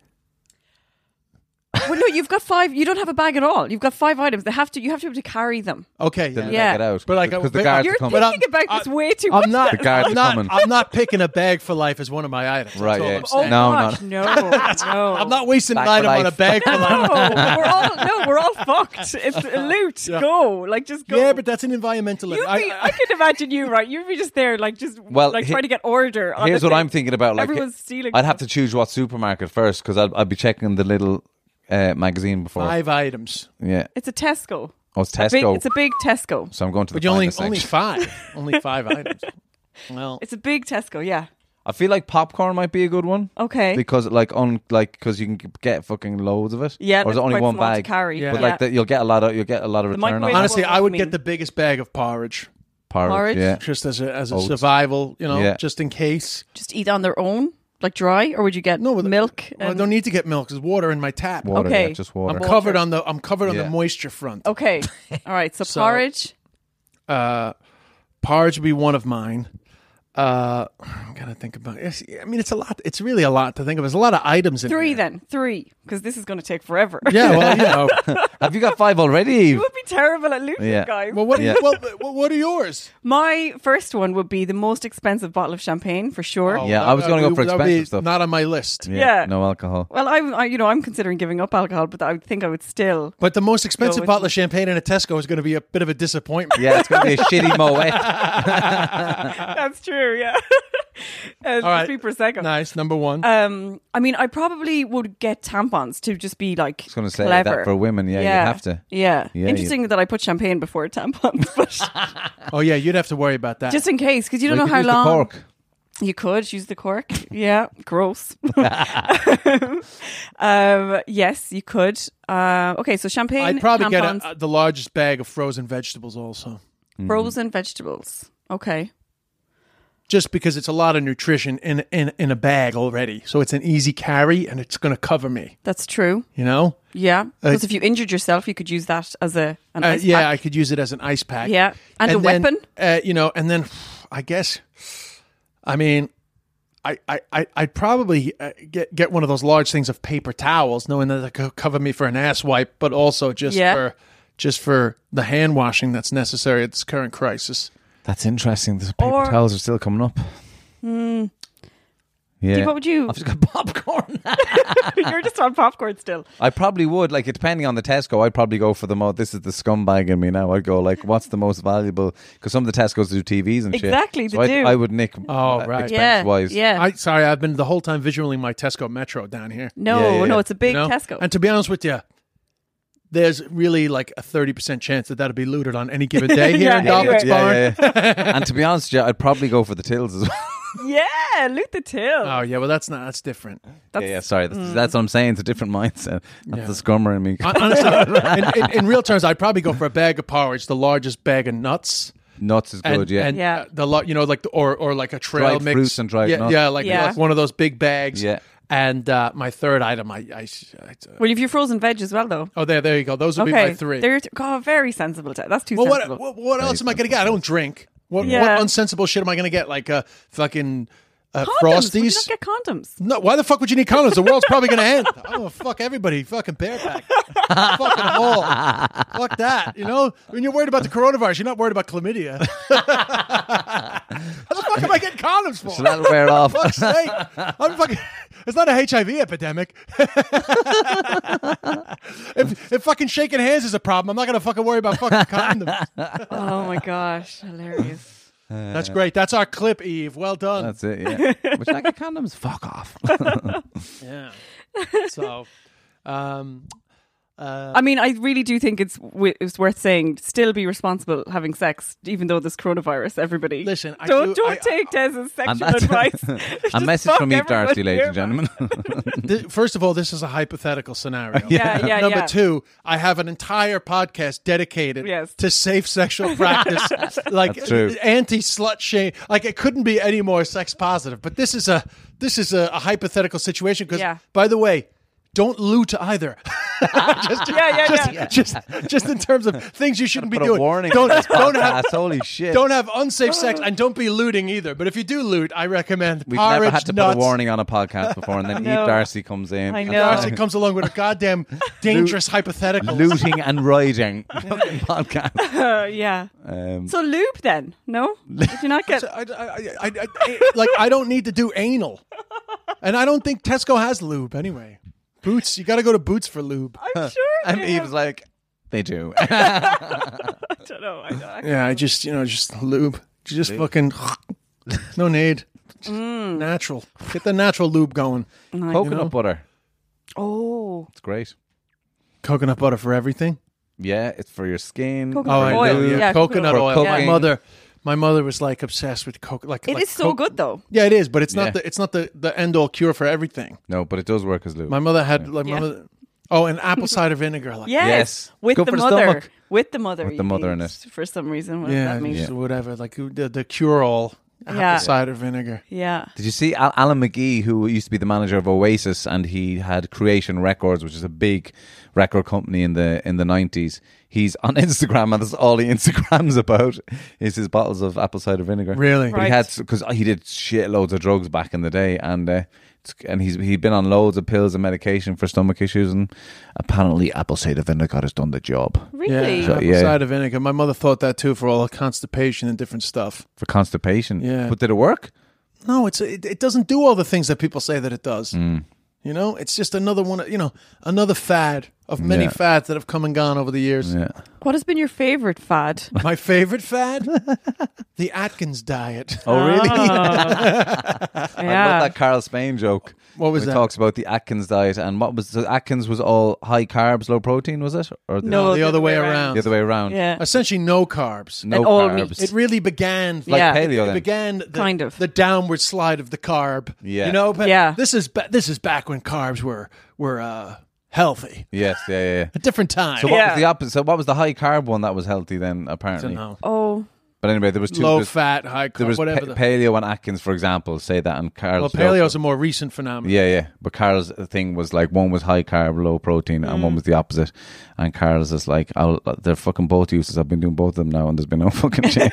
[SPEAKER 2] Well, no, you've got five. You don't have a bag at all. You've got five items. They have to. You have to be able to carry them.
[SPEAKER 1] Okay.
[SPEAKER 3] didn't
[SPEAKER 1] yeah.
[SPEAKER 2] Yeah.
[SPEAKER 3] make it out.
[SPEAKER 1] But like, I-
[SPEAKER 3] because the
[SPEAKER 1] but-
[SPEAKER 3] guards
[SPEAKER 2] You're
[SPEAKER 3] are coming.
[SPEAKER 1] But I'm-
[SPEAKER 2] thinking about this
[SPEAKER 1] I-
[SPEAKER 2] way too much.
[SPEAKER 1] I'm not.
[SPEAKER 3] The guards
[SPEAKER 1] I'm
[SPEAKER 3] are
[SPEAKER 1] not.
[SPEAKER 3] coming.
[SPEAKER 1] I'm not picking a bag for life as one of my items. That's
[SPEAKER 3] Right,
[SPEAKER 1] all
[SPEAKER 3] yeah.
[SPEAKER 1] I'm,
[SPEAKER 2] Oh
[SPEAKER 1] saying.
[SPEAKER 3] No,
[SPEAKER 2] gosh, no, no.
[SPEAKER 1] I'm not wasting an
[SPEAKER 3] Back for
[SPEAKER 1] item on a
[SPEAKER 3] life.
[SPEAKER 1] bag for life.
[SPEAKER 2] no, we're all no, we're all fucked. It's a loot. Go, like just go.
[SPEAKER 1] Yeah, but that's an environmental.
[SPEAKER 2] You'd be,
[SPEAKER 1] I-
[SPEAKER 2] I,
[SPEAKER 1] I-
[SPEAKER 2] can imagine you, right? You'd be just there, like just
[SPEAKER 3] Well,
[SPEAKER 2] like
[SPEAKER 3] he-
[SPEAKER 2] trying to get order. on
[SPEAKER 3] Here's
[SPEAKER 2] the
[SPEAKER 3] what
[SPEAKER 2] thing.
[SPEAKER 3] I'm thinking about. Like,
[SPEAKER 2] everyone's stealing.
[SPEAKER 3] I'd have to choose what supermarket first because I'd, I'd be checking the little uh, magazine before.
[SPEAKER 1] five items,
[SPEAKER 3] Yeah,
[SPEAKER 2] It's a Tesco.
[SPEAKER 3] oh, it's
[SPEAKER 2] A big-
[SPEAKER 3] Tesco.
[SPEAKER 2] it's a big Tesco.
[SPEAKER 3] so I'm going to the
[SPEAKER 1] but you only
[SPEAKER 3] finest
[SPEAKER 1] only
[SPEAKER 3] section.
[SPEAKER 1] five, only five items. Well,
[SPEAKER 2] It's a big Tesco. Yeah.
[SPEAKER 3] I feel like popcorn might be a good one
[SPEAKER 2] Okay.
[SPEAKER 3] because like on like because you can get fucking loads of it.
[SPEAKER 2] yeah.
[SPEAKER 3] or is
[SPEAKER 2] that's
[SPEAKER 3] it only
[SPEAKER 2] quite
[SPEAKER 3] one
[SPEAKER 2] small to
[SPEAKER 3] bag?
[SPEAKER 2] carry.
[SPEAKER 1] Yeah.
[SPEAKER 3] But like that, you'll get a lot of you'll get a lot of
[SPEAKER 2] The
[SPEAKER 3] return on
[SPEAKER 2] microwave-
[SPEAKER 3] that
[SPEAKER 1] honestly,
[SPEAKER 2] what
[SPEAKER 1] I
[SPEAKER 2] does
[SPEAKER 1] would
[SPEAKER 2] that
[SPEAKER 1] get
[SPEAKER 2] mean?
[SPEAKER 1] the biggest bag of porridge
[SPEAKER 3] porridge.
[SPEAKER 2] Porridge.
[SPEAKER 3] Yeah,
[SPEAKER 1] just as a as a
[SPEAKER 3] Oats.
[SPEAKER 1] survival, you know,
[SPEAKER 3] Yeah.
[SPEAKER 1] just in case.
[SPEAKER 2] just eat on their own. Like dry, or would you get
[SPEAKER 1] No, with-
[SPEAKER 2] milk?
[SPEAKER 1] Well, I
[SPEAKER 2] and-
[SPEAKER 1] don't need to get milk. There's water in my tap.
[SPEAKER 3] Water, yeah,
[SPEAKER 2] Okay.
[SPEAKER 3] just water.
[SPEAKER 1] I'm covered on the I'm covered on the
[SPEAKER 3] Yeah.
[SPEAKER 1] moisture front.
[SPEAKER 2] Okay, all right. So,
[SPEAKER 1] So-
[SPEAKER 2] porridge.
[SPEAKER 1] Uh, Parge would be one of mine. Uh, I'm gonna think about. Yes, I mean, it's a lot. It's really a lot to think of. There's a lot of items in
[SPEAKER 2] Three
[SPEAKER 1] there.
[SPEAKER 2] then, three, because this is going to take forever.
[SPEAKER 1] Yeah, well, you know.
[SPEAKER 3] Have you got five already?
[SPEAKER 2] you would be terrible at looting,
[SPEAKER 3] Yeah.
[SPEAKER 2] guys.
[SPEAKER 1] Well, what?
[SPEAKER 3] Yeah.
[SPEAKER 1] Well, well, what are yours?
[SPEAKER 2] My first one would be the most expensive bottle of champagne for sure.
[SPEAKER 1] Oh,
[SPEAKER 3] Yeah, I was gonna go
[SPEAKER 1] would-
[SPEAKER 3] for
[SPEAKER 1] that would be
[SPEAKER 3] expensive stuff.
[SPEAKER 1] Not on my list.
[SPEAKER 2] Yeah.
[SPEAKER 3] No alcohol.
[SPEAKER 2] Well, I'm, I, you know, I'm considering giving up alcohol, but I would think I would still.
[SPEAKER 1] But the most
[SPEAKER 2] Go
[SPEAKER 1] expensive
[SPEAKER 2] with
[SPEAKER 1] bottle
[SPEAKER 2] me.
[SPEAKER 1] of champagne in a Tesco is going to be a bit of a disappointment.
[SPEAKER 3] Yeah, it's going to be a shitty Moet.
[SPEAKER 2] That's true. Yeah. uh,
[SPEAKER 1] All right.
[SPEAKER 2] Three per second.
[SPEAKER 1] Nice number one.
[SPEAKER 2] Um, I mean, I probably would get tampons to just be like. I was
[SPEAKER 3] gonna say that for women, yeah, you have to.
[SPEAKER 2] Yeah.
[SPEAKER 3] Yeah,
[SPEAKER 2] Interesting that I put champagne before tampons, but
[SPEAKER 1] oh yeah, you'd have to worry about that.
[SPEAKER 2] just in case, because you don't
[SPEAKER 3] Well,
[SPEAKER 2] know how
[SPEAKER 3] could use the
[SPEAKER 2] long
[SPEAKER 3] cork.
[SPEAKER 2] you could use the cork. Yeah, gross. um, yes, you could. Uh, okay, so champagne.
[SPEAKER 1] I'd probably get
[SPEAKER 2] tampons,
[SPEAKER 1] a, uh, Mm. the largest bag of frozen vegetables also,
[SPEAKER 2] frozen vegetables. Okay.
[SPEAKER 1] just because it's a lot of nutrition in in in a bag already. So it's an easy carry, and it's going to cover me.
[SPEAKER 2] That's true.
[SPEAKER 1] You know.
[SPEAKER 2] Yeah, because if you injured yourself, you could use that as a an
[SPEAKER 1] Uh,
[SPEAKER 2] ice
[SPEAKER 1] yeah,
[SPEAKER 2] pack.
[SPEAKER 1] I could use it as an ice pack.
[SPEAKER 2] Yeah. And a
[SPEAKER 1] then,
[SPEAKER 2] weapon?
[SPEAKER 1] Uh, you know, and then I guess, I mean, I I I- I'd probably uh, get get one of those large things of paper towels, knowing that they could cover me for an ass wipe, but also just
[SPEAKER 2] Yeah.
[SPEAKER 1] for just for the hand washing that's necessary at this current crisis.
[SPEAKER 3] That's interesting. The paper
[SPEAKER 2] Or- Hmm.
[SPEAKER 3] towels are still coming up. Yeah.
[SPEAKER 2] Steve, what would you?
[SPEAKER 3] I've just got popcorn.
[SPEAKER 2] You're just on popcorn still.
[SPEAKER 3] I probably would like it depending on the Tesco. I'd probably go for the most. This is the scumbag in me now. I'd go like, what's the most valuable? Because some of the Tesco's do TVs and shit.
[SPEAKER 2] Exactly,
[SPEAKER 3] so
[SPEAKER 2] they
[SPEAKER 3] I,
[SPEAKER 2] do.
[SPEAKER 3] I would nick.
[SPEAKER 1] Oh,
[SPEAKER 3] uh,
[SPEAKER 1] right.
[SPEAKER 3] expense
[SPEAKER 2] Yeah.
[SPEAKER 3] wise.
[SPEAKER 2] Yeah.
[SPEAKER 1] I sorry, I've been the whole time visualing my Tesco Metro down here.
[SPEAKER 2] no,
[SPEAKER 3] Yeah, yeah,
[SPEAKER 2] no,
[SPEAKER 3] yeah.
[SPEAKER 2] it's a big
[SPEAKER 1] you know?
[SPEAKER 2] Tesco.
[SPEAKER 1] And to be honest with you. There's really like a 30% chance that that'll be looted on any given day here
[SPEAKER 2] Yeah,
[SPEAKER 1] in Dolphin's
[SPEAKER 3] Yeah,
[SPEAKER 1] Barn.
[SPEAKER 3] yeah, yeah. and to be honest, yeah, I'd probably go for the tills as well.
[SPEAKER 2] yeah, loot the till. mm.
[SPEAKER 1] Oh, yeah, well, that's not, that's different.
[SPEAKER 3] yeah, yeah, sorry, that's, that's what I'm saying. It's a different mindset. That's the scummer in me.
[SPEAKER 1] Hon- Honestly, in, in, in real terms, I'd probably go for a bag of porridge, the largest bag of nuts.
[SPEAKER 3] Nuts is
[SPEAKER 1] And,
[SPEAKER 3] good. yeah,
[SPEAKER 1] and
[SPEAKER 2] Yeah.
[SPEAKER 1] uh, the lot, you know, like the, or or like a trail
[SPEAKER 3] Dried
[SPEAKER 1] mix,
[SPEAKER 3] fruits and dried
[SPEAKER 1] yeah,
[SPEAKER 3] nuts.
[SPEAKER 1] yeah, like,
[SPEAKER 2] Yeah.
[SPEAKER 1] like one of those big bags.
[SPEAKER 3] Yeah.
[SPEAKER 1] And uh, my third item, I, I, I
[SPEAKER 2] Well, if you're frozen veg as well, though.
[SPEAKER 1] oh there, there you go. Those would uh, be
[SPEAKER 2] okay,
[SPEAKER 1] my three.
[SPEAKER 2] They're God, very sensible. To, that's too
[SPEAKER 1] well, what
[SPEAKER 2] sensible.
[SPEAKER 1] what, what else am I gonna get? I don't drink. What,
[SPEAKER 2] Yeah.
[SPEAKER 1] what unsensible shit am I gonna get? Like uh, fucking uh,
[SPEAKER 2] condoms? Would you
[SPEAKER 1] frosties.
[SPEAKER 2] not get condoms?
[SPEAKER 1] No, why the fuck would you need condoms? The world's probably going to end. I'm going to fuck everybody. Fucking bareback. fucking all. Fuck that. You know, when you're worried about the coronavirus, you're not worried about chlamydia. How the fuck am I getting condoms for?
[SPEAKER 3] so that'll wear off.
[SPEAKER 1] Fuck's sake. I'm fucking. It's not a HIV epidemic. if, if fucking shaking hands is a problem, I'm not going to fucking worry about fucking condoms.
[SPEAKER 2] Oh my gosh, hilarious.
[SPEAKER 1] That's great. That's our clip, Eve. Well done.
[SPEAKER 3] That's it. Yeah. Would you like a condoms? Fuck off.
[SPEAKER 1] yeah. So, um, Uh,
[SPEAKER 2] I mean, I really do think it's w- it's worth saying. Still, be responsible having sex, even though this coronavirus. Everybody,
[SPEAKER 1] Listen, I
[SPEAKER 2] don't
[SPEAKER 1] do-
[SPEAKER 2] don't
[SPEAKER 1] I-
[SPEAKER 2] take Des's
[SPEAKER 3] And
[SPEAKER 2] sexual
[SPEAKER 3] that's
[SPEAKER 2] advice.
[SPEAKER 3] a
[SPEAKER 2] Just
[SPEAKER 3] message
[SPEAKER 2] fuck
[SPEAKER 3] from Eve
[SPEAKER 2] everyone
[SPEAKER 3] Darcy, ladies
[SPEAKER 2] here.
[SPEAKER 3] and gentlemen.
[SPEAKER 1] Th- first of all, this is a hypothetical scenario.
[SPEAKER 2] Yeah, yeah,
[SPEAKER 1] Number
[SPEAKER 2] yeah.
[SPEAKER 1] two, I have an entire podcast dedicated
[SPEAKER 2] Yes.
[SPEAKER 1] to safe sexual practice, like
[SPEAKER 3] That's true.
[SPEAKER 1] anti slut shame. Like it couldn't be any more sex positive. But this is a this is a, a hypothetical situation because,
[SPEAKER 2] Yeah.
[SPEAKER 1] by the way, don't loot either. just,
[SPEAKER 2] Yeah, yeah,
[SPEAKER 1] just,
[SPEAKER 2] yeah.
[SPEAKER 1] just just in terms of things you shouldn't be
[SPEAKER 3] Put
[SPEAKER 1] doing.
[SPEAKER 3] a warning.
[SPEAKER 1] Don't
[SPEAKER 3] on this
[SPEAKER 1] don't have.
[SPEAKER 3] podcast. Holy shit.
[SPEAKER 1] Don't have unsafe sex and don't be looting either. But if you do loot, I recommend
[SPEAKER 3] We've
[SPEAKER 1] porridge,
[SPEAKER 3] never had to
[SPEAKER 1] nuts,
[SPEAKER 3] put a warning on a podcast before, and then
[SPEAKER 2] know.
[SPEAKER 3] Eve Darcy comes in.
[SPEAKER 2] I
[SPEAKER 3] and
[SPEAKER 2] know.
[SPEAKER 1] Darcy comes along with a goddamn dangerous hypothetical.
[SPEAKER 3] Looting and riding fucking podcast.
[SPEAKER 2] Uh, yeah.
[SPEAKER 3] Um,
[SPEAKER 2] So lube then? No, did you not get?
[SPEAKER 1] I, I- I- I- I- like I don't need to do anal, and I don't think Tesco has lube anyway. Boots, you got to go to Boots for lube.
[SPEAKER 2] I'm sure.
[SPEAKER 3] and
[SPEAKER 2] they
[SPEAKER 3] Eve's like, they do.
[SPEAKER 2] have- I don't know. I don't- I-
[SPEAKER 1] Yeah, I just you know just lube, You just fucking no need.
[SPEAKER 2] Mm.
[SPEAKER 1] Natural, get the natural lube going.
[SPEAKER 3] Coconut butter.
[SPEAKER 2] Oh,
[SPEAKER 3] It's great.
[SPEAKER 1] Coconut butter for everything.
[SPEAKER 3] Yeah, it's for your skin.
[SPEAKER 2] Coconut
[SPEAKER 1] Oh,
[SPEAKER 3] for
[SPEAKER 1] I
[SPEAKER 2] oil,
[SPEAKER 1] know, yeah.
[SPEAKER 2] yeah,
[SPEAKER 1] coconut
[SPEAKER 3] coconut
[SPEAKER 1] oil.
[SPEAKER 3] oil.
[SPEAKER 1] My
[SPEAKER 3] Yeah.
[SPEAKER 1] mother, my mother was like obsessed with coconut. Like
[SPEAKER 2] it is
[SPEAKER 1] like
[SPEAKER 2] so
[SPEAKER 1] coke-
[SPEAKER 2] good though.
[SPEAKER 1] Yeah, it is, but it's not
[SPEAKER 3] Yeah.
[SPEAKER 1] the it's not the the end all cure for everything.
[SPEAKER 3] No, but it does work as lube.
[SPEAKER 1] My mother had like
[SPEAKER 2] Yeah.
[SPEAKER 1] my mother. Oh, and apple cider vinegar. Like,
[SPEAKER 2] Yes,
[SPEAKER 3] Yes.
[SPEAKER 2] with
[SPEAKER 3] Good
[SPEAKER 2] the
[SPEAKER 3] for the
[SPEAKER 2] mother,
[SPEAKER 3] stomach.
[SPEAKER 2] with the mother,
[SPEAKER 3] With
[SPEAKER 2] you
[SPEAKER 3] the mother in
[SPEAKER 2] mean,
[SPEAKER 3] it.
[SPEAKER 2] for some reason. What
[SPEAKER 1] yeah,
[SPEAKER 2] that means.
[SPEAKER 1] just whatever. Like the, the cure all. apple
[SPEAKER 2] Yeah.
[SPEAKER 1] cider vinegar.
[SPEAKER 2] Yeah.
[SPEAKER 3] Did you see Al- Alan McGee, who used to be the manager of Oasis, and he had Creation Records, which is a big record company in the in the nineties. He's on Instagram, and that's all he Instagrams about is his bottles of apple cider vinegar.
[SPEAKER 1] Really?
[SPEAKER 3] But he had because he did shit loads of drugs back in the day, and uh, it's- and he's he'd been on loads of pills and medication for stomach issues, and apparently apple cider vinegar has done the job
[SPEAKER 2] Really?
[SPEAKER 1] Yeah,
[SPEAKER 3] So,
[SPEAKER 1] apple
[SPEAKER 3] yeah.
[SPEAKER 1] cider vinegar. My mother thought that too for all the constipation and different stuff.
[SPEAKER 3] for constipation.
[SPEAKER 1] Yeah.
[SPEAKER 3] but did it work?
[SPEAKER 1] No, it's it, it doesn't do all the things that people say that it does.
[SPEAKER 3] Mm.
[SPEAKER 1] You know, it's just another one. You know, another fad of many
[SPEAKER 3] Yeah.
[SPEAKER 1] fads that have come and gone over the years.
[SPEAKER 3] Yeah.
[SPEAKER 2] What has been your favorite fad?
[SPEAKER 1] My favorite fad, the Atkins diet.
[SPEAKER 3] Oh, really? I
[SPEAKER 2] Ah. Yeah.
[SPEAKER 3] love that Carl Spain joke.
[SPEAKER 1] What was
[SPEAKER 3] It
[SPEAKER 1] that?
[SPEAKER 3] talks about the Atkins diet and what was the Atkins was all high carbs, low protein, was it? Or Oh, the,
[SPEAKER 2] No,
[SPEAKER 1] the, other way around.
[SPEAKER 3] the other way around.
[SPEAKER 2] Yeah.
[SPEAKER 1] Essentially, no carbs.
[SPEAKER 3] No
[SPEAKER 2] And oh, all meat.
[SPEAKER 3] carbs.
[SPEAKER 1] It really began
[SPEAKER 3] like
[SPEAKER 2] Yeah.
[SPEAKER 3] paleo
[SPEAKER 1] It
[SPEAKER 3] then.
[SPEAKER 1] began the,
[SPEAKER 2] Kind of.
[SPEAKER 1] the downward slide of the carb.
[SPEAKER 3] Yeah.
[SPEAKER 1] you know. But
[SPEAKER 2] Yeah.
[SPEAKER 1] this is ba- this is back when carbs were were uh, healthy.
[SPEAKER 3] Yes, yeah, yeah. yeah.
[SPEAKER 1] A different time.
[SPEAKER 3] So what
[SPEAKER 2] Yeah.
[SPEAKER 3] was the opposite? So what was the high carb one that was healthy then? Apparently,
[SPEAKER 1] No.
[SPEAKER 2] Oh,
[SPEAKER 3] but anyway, there was two.
[SPEAKER 1] Low
[SPEAKER 3] there's-
[SPEAKER 1] fat, high carb,
[SPEAKER 3] there was
[SPEAKER 1] whatever.
[SPEAKER 3] pa-
[SPEAKER 1] the,
[SPEAKER 3] paleo and Atkins, for example, say that and Carl's.
[SPEAKER 1] well,
[SPEAKER 3] joke-
[SPEAKER 1] paleo's a more recent phenomenon.
[SPEAKER 3] Yeah, yeah. But Carl's thing was like one was high carb, low protein, and
[SPEAKER 2] Mm.
[SPEAKER 3] one was the opposite. And Carl's is like, I'll, they're fucking both uses. I've been doing both of them now, and there's been no fucking change.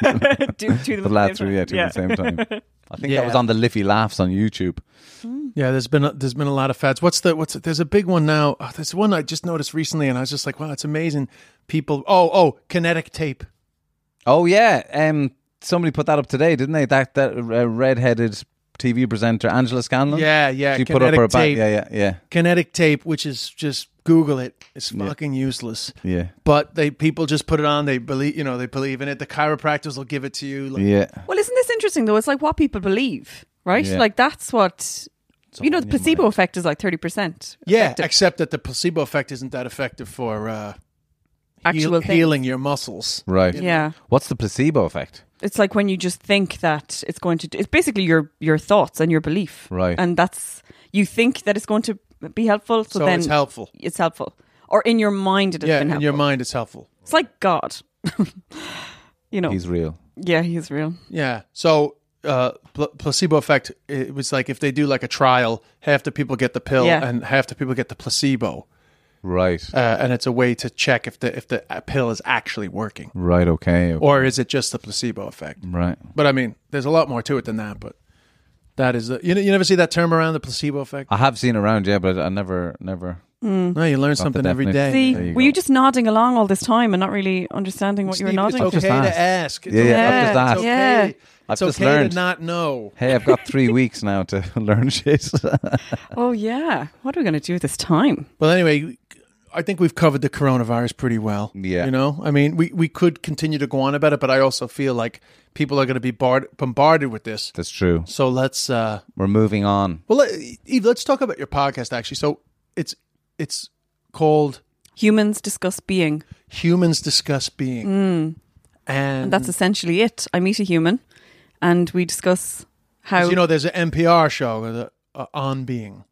[SPEAKER 2] do, do
[SPEAKER 3] the
[SPEAKER 2] them at
[SPEAKER 3] lad
[SPEAKER 2] the same
[SPEAKER 3] through, yeah,
[SPEAKER 2] time.
[SPEAKER 3] two at the same time. I think
[SPEAKER 1] Yeah.
[SPEAKER 3] that was on the Liffey Laughs on YouTube.
[SPEAKER 1] Yeah, there's been a, there's been a lot of fads. What's the what's there's a big one now. Oh, there's one I just noticed recently, and I was just like, wow, it's amazing. People, oh oh, kinetic tape.
[SPEAKER 3] Oh yeah, um, somebody put that up today, didn't they? That that uh, redheaded TV presenter Angela Scanlon.
[SPEAKER 1] Yeah, yeah,
[SPEAKER 3] she put up
[SPEAKER 1] kinetic
[SPEAKER 3] her back.
[SPEAKER 1] tape.
[SPEAKER 3] Yeah, yeah, yeah,
[SPEAKER 1] Kinetic tape, which is just Google it. It's fucking useless.
[SPEAKER 3] yeah,
[SPEAKER 1] But they people just put it on. They believe you know they believe in it. The chiropractors will give it to you. Like,
[SPEAKER 3] yeah.
[SPEAKER 2] Well, isn't this interesting though? It's like what people believe, right?
[SPEAKER 3] Yeah.
[SPEAKER 2] Like that's what you know.
[SPEAKER 3] all
[SPEAKER 2] The
[SPEAKER 3] in your
[SPEAKER 2] placebo
[SPEAKER 3] mind.
[SPEAKER 2] effect is like thirty percent.
[SPEAKER 1] yeah, except that the placebo effect isn't that effective for uh, heal-
[SPEAKER 2] Actual thing.
[SPEAKER 1] healing your muscles.
[SPEAKER 3] Right.
[SPEAKER 2] Yeah,
[SPEAKER 3] What's the placebo effect?
[SPEAKER 2] it's like when you just think that it's going to. It's basically your your thoughts and your belief,
[SPEAKER 3] Right.
[SPEAKER 2] And that's you think that it's going to be helpful, so,
[SPEAKER 1] So
[SPEAKER 2] then
[SPEAKER 1] it's helpful.
[SPEAKER 2] It's helpful, or in your mind it has
[SPEAKER 1] Yeah,
[SPEAKER 2] been
[SPEAKER 1] in
[SPEAKER 2] helpful.
[SPEAKER 1] your mind, it's helpful.
[SPEAKER 2] it's like God. you know,
[SPEAKER 3] He's real.
[SPEAKER 2] yeah, he's real.
[SPEAKER 1] Yeah. So uh, pl- placebo effect. It was like if they do like a trial, half the people get the pill
[SPEAKER 2] Yeah.
[SPEAKER 1] and half the people get the placebo,
[SPEAKER 3] Right.
[SPEAKER 1] uh, and it's a way to check if the if the uh, pill is actually working
[SPEAKER 3] right. Okay. Mm.
[SPEAKER 1] or is it just the placebo effect.
[SPEAKER 3] right.
[SPEAKER 1] But I mean, there's a lot more to it than that. But that is the you know, you never see that term around the placebo effect.
[SPEAKER 3] I have seen around, yeah, but I never, never.
[SPEAKER 1] No, you learn
[SPEAKER 3] the
[SPEAKER 1] something every day.
[SPEAKER 3] definition.
[SPEAKER 2] See,
[SPEAKER 3] There you
[SPEAKER 2] were
[SPEAKER 3] go.
[SPEAKER 2] you just nodding along all this time and not really understanding what you were
[SPEAKER 1] Steve,
[SPEAKER 2] nodding?
[SPEAKER 1] It's okay
[SPEAKER 3] I've just
[SPEAKER 1] to ask. It's
[SPEAKER 3] Yeah,
[SPEAKER 1] okay.
[SPEAKER 3] yeah, I've just
[SPEAKER 1] It's
[SPEAKER 3] asked.
[SPEAKER 1] okay.
[SPEAKER 2] Yeah.
[SPEAKER 3] I've
[SPEAKER 1] It's
[SPEAKER 3] just
[SPEAKER 1] okay
[SPEAKER 3] learned.
[SPEAKER 1] to not know.
[SPEAKER 3] Hey, I've got three weeks now to learn shit.
[SPEAKER 2] Oh yeah, what are we going to do this time?
[SPEAKER 1] Well, anyway, I think we've covered the coronavirus pretty well.
[SPEAKER 3] Yeah.
[SPEAKER 1] You know, I mean, we, we could continue to go on about it, but I also feel like people are going to be bar- bombarded with this.
[SPEAKER 3] That's true.
[SPEAKER 1] So let's, uh,
[SPEAKER 3] We're moving on.
[SPEAKER 1] well, let, Eve, let's talk about your podcast actually. So it's, it's called
[SPEAKER 2] Humans discuss being.
[SPEAKER 1] Humans Discuss Being. And,
[SPEAKER 2] And Mm. that's essentially it. I meet a human and we discuss
[SPEAKER 1] 'cause,
[SPEAKER 2] how.
[SPEAKER 1] you know, there's an NPR show uh, the, uh, on being.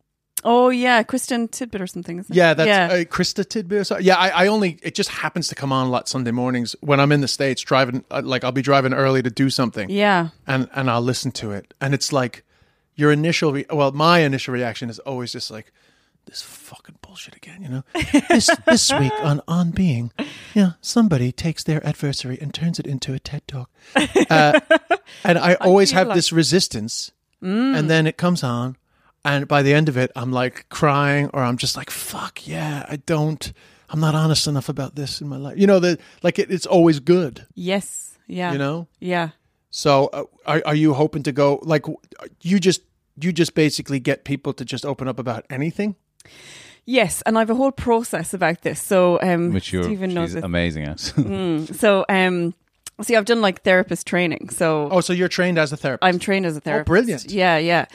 [SPEAKER 2] oh, yeah, Kristen Tidbit or something. Isn't it?
[SPEAKER 1] Yeah, that's Uh, Krista Tidby. Or something. Yeah, I, I only it just happens to come on a lot Sunday mornings when I'm in the states driving. uh, Like I'll be driving early to do something.
[SPEAKER 2] yeah.
[SPEAKER 1] and and I'll listen to it, and it's like your initial, re- well, my initial reaction is always just like this fucking bullshit again, you know. this this week on on being, yeah, somebody takes their adversary and turns it into a TED talk, uh, and I always
[SPEAKER 2] feel
[SPEAKER 1] have
[SPEAKER 2] like- Mm.
[SPEAKER 1] this resistance, and then it comes on. And by the end of it, I'm like crying, or I'm just like, "Fuck yeah, I don't, I'm not honest enough about this in my life." You know, that like it, it's always good,
[SPEAKER 2] Yes. Yeah.
[SPEAKER 1] you know.
[SPEAKER 2] Yeah.
[SPEAKER 1] So uh, are are you hoping to go like w- you just you just basically get people to just open up about anything?
[SPEAKER 2] Yes. And I have a whole process about this. So, um,
[SPEAKER 3] Which you're
[SPEAKER 2] Stephen knows
[SPEAKER 3] she's
[SPEAKER 2] this.
[SPEAKER 3] amazing at.
[SPEAKER 2] So, um, see, I've done like therapist training. So
[SPEAKER 1] Oh, so you're trained as a therapist.
[SPEAKER 2] I'm trained as a therapist.
[SPEAKER 1] brilliant.
[SPEAKER 2] Yeah. Yeah.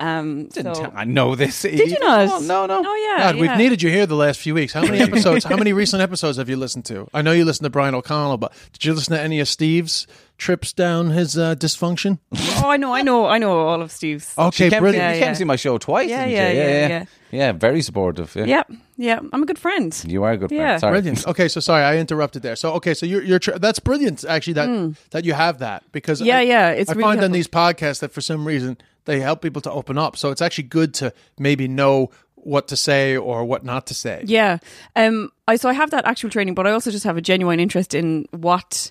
[SPEAKER 2] Um, so-
[SPEAKER 3] I know this.
[SPEAKER 2] Did you not?
[SPEAKER 3] No, no.
[SPEAKER 2] Oh, yeah.
[SPEAKER 1] God, we've
[SPEAKER 2] yeah.
[SPEAKER 1] needed you here the last few weeks. How many episodes? how many recent episodes have you listened to? I know you listened to Brian O'Connell, but did you listen to any of Steve's trips down his uh, dysfunction?
[SPEAKER 2] Oh, I know. I know. I know all of Steve's.
[SPEAKER 1] Okay,
[SPEAKER 3] came,
[SPEAKER 1] brilliant.
[SPEAKER 3] You
[SPEAKER 2] Yeah,
[SPEAKER 3] came
[SPEAKER 2] yeah.
[SPEAKER 3] to see my show twice.
[SPEAKER 2] Yeah,
[SPEAKER 3] didn't you?
[SPEAKER 2] yeah, yeah,
[SPEAKER 3] yeah, yeah. Yeah, very supportive. Yeah.
[SPEAKER 2] Yep. Yeah, I'm a good friend.
[SPEAKER 3] You are a good
[SPEAKER 2] Yeah.
[SPEAKER 3] friend. Sorry.
[SPEAKER 1] Brilliant. Okay, so sorry, I interrupted there. So okay, so you're, you're tr- that's brilliant actually that that you have that because
[SPEAKER 2] Hmm. Yeah,
[SPEAKER 1] I,
[SPEAKER 2] yeah, it's
[SPEAKER 1] I
[SPEAKER 2] really
[SPEAKER 1] find on
[SPEAKER 2] helpful.
[SPEAKER 1] these podcasts that for some reason they help people to open up. So it's actually good to maybe know what to say or what not to say.
[SPEAKER 2] Yeah. Um I so I have that actual training, but I also just have a genuine interest in what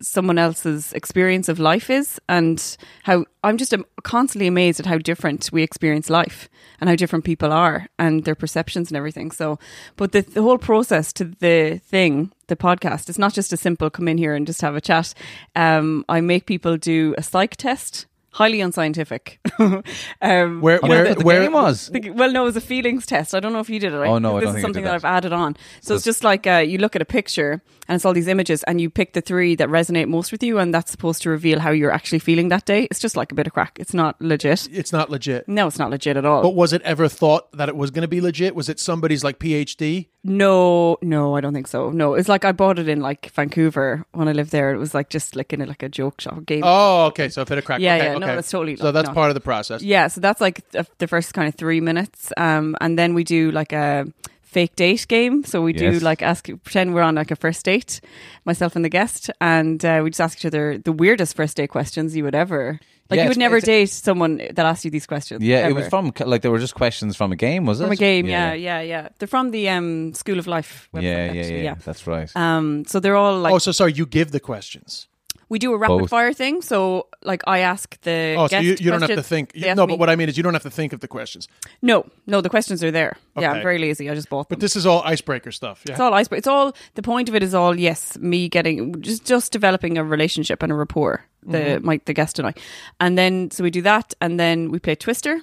[SPEAKER 2] someone else's experience of life is and how I'm just am- constantly amazed at how different we experience life and how different people are and their perceptions and everything. So but the, the whole process to the thing, the podcast, it's not just a simple come in here and just have a chat. Um I make people do a psych test. Highly unscientific. um,
[SPEAKER 1] Where
[SPEAKER 3] You know
[SPEAKER 1] where
[SPEAKER 3] what the
[SPEAKER 1] where
[SPEAKER 3] game was?
[SPEAKER 2] the- well, no, it was a feelings test. I don't know if you did it. Right?
[SPEAKER 3] Oh, no, I
[SPEAKER 2] this
[SPEAKER 3] don't think
[SPEAKER 2] is
[SPEAKER 3] I did
[SPEAKER 2] something
[SPEAKER 3] that.
[SPEAKER 2] I've added on. So, it's just like uh, you look at a picture and it's all these images, and you pick the three that resonate most with you, and that's supposed to reveal how you're actually feeling that day. It's just like a bit of crack. It's not legit.
[SPEAKER 1] it's not legit.
[SPEAKER 2] No, it's not legit at all.
[SPEAKER 1] But was it ever thought that it was going to be legit? Was it somebody's like PhD?
[SPEAKER 2] No, no, I don't think so. No, it's like I bought it in like Vancouver when I lived there. It was like just like in a, like a joke shop game.
[SPEAKER 1] Oh, okay. So a bit of crack.
[SPEAKER 2] Yeah,
[SPEAKER 1] okay,
[SPEAKER 2] yeah, no,
[SPEAKER 1] okay.
[SPEAKER 2] that's totally-
[SPEAKER 1] So that's
[SPEAKER 2] no.
[SPEAKER 1] part of the process.
[SPEAKER 2] Yeah, so that's like th- the first kind of three minutes, um, and then we do like a fake date game. So we do
[SPEAKER 3] Yes.
[SPEAKER 2] like ask, pretend we're on like a first date, myself and the guest, and uh, we just ask each other the weirdest first date questions you would ever like.
[SPEAKER 3] Yeah,
[SPEAKER 2] you
[SPEAKER 3] it's-
[SPEAKER 2] would never
[SPEAKER 3] it's-
[SPEAKER 2] date someone that asked you these questions.
[SPEAKER 3] Yeah, it
[SPEAKER 2] ever.
[SPEAKER 3] was from like there were just questions from a game, was it?
[SPEAKER 2] From a game. Yeah, yeah, yeah. They're from the um, School of Life.
[SPEAKER 3] Yeah,
[SPEAKER 2] Website,
[SPEAKER 3] yeah, yeah,
[SPEAKER 2] actually,
[SPEAKER 3] yeah. That's right.
[SPEAKER 2] Um, so they're all like
[SPEAKER 1] oh, so sorry, you give the questions.
[SPEAKER 2] we do a rapid
[SPEAKER 3] Both.
[SPEAKER 2] fire thing. So like I ask the
[SPEAKER 1] Oh, so
[SPEAKER 2] guest
[SPEAKER 1] you, you don't have to
[SPEAKER 2] questions,
[SPEAKER 1] think.
[SPEAKER 2] they
[SPEAKER 1] You,
[SPEAKER 2] ask
[SPEAKER 1] no,
[SPEAKER 2] me-
[SPEAKER 1] but what I mean is you don't have to think of the questions.
[SPEAKER 2] no, no, the questions are there. Yeah,
[SPEAKER 1] Okay.
[SPEAKER 2] I'm very lazy. I just bought them.
[SPEAKER 1] But this is all icebreaker stuff. Yeah.
[SPEAKER 2] It's all iceberg. It's all the point of it is all yes, me getting just just developing a relationship and a rapport. The
[SPEAKER 1] Mm-hmm.
[SPEAKER 2] my the guest and I, and then so we do that, and then we play Twister,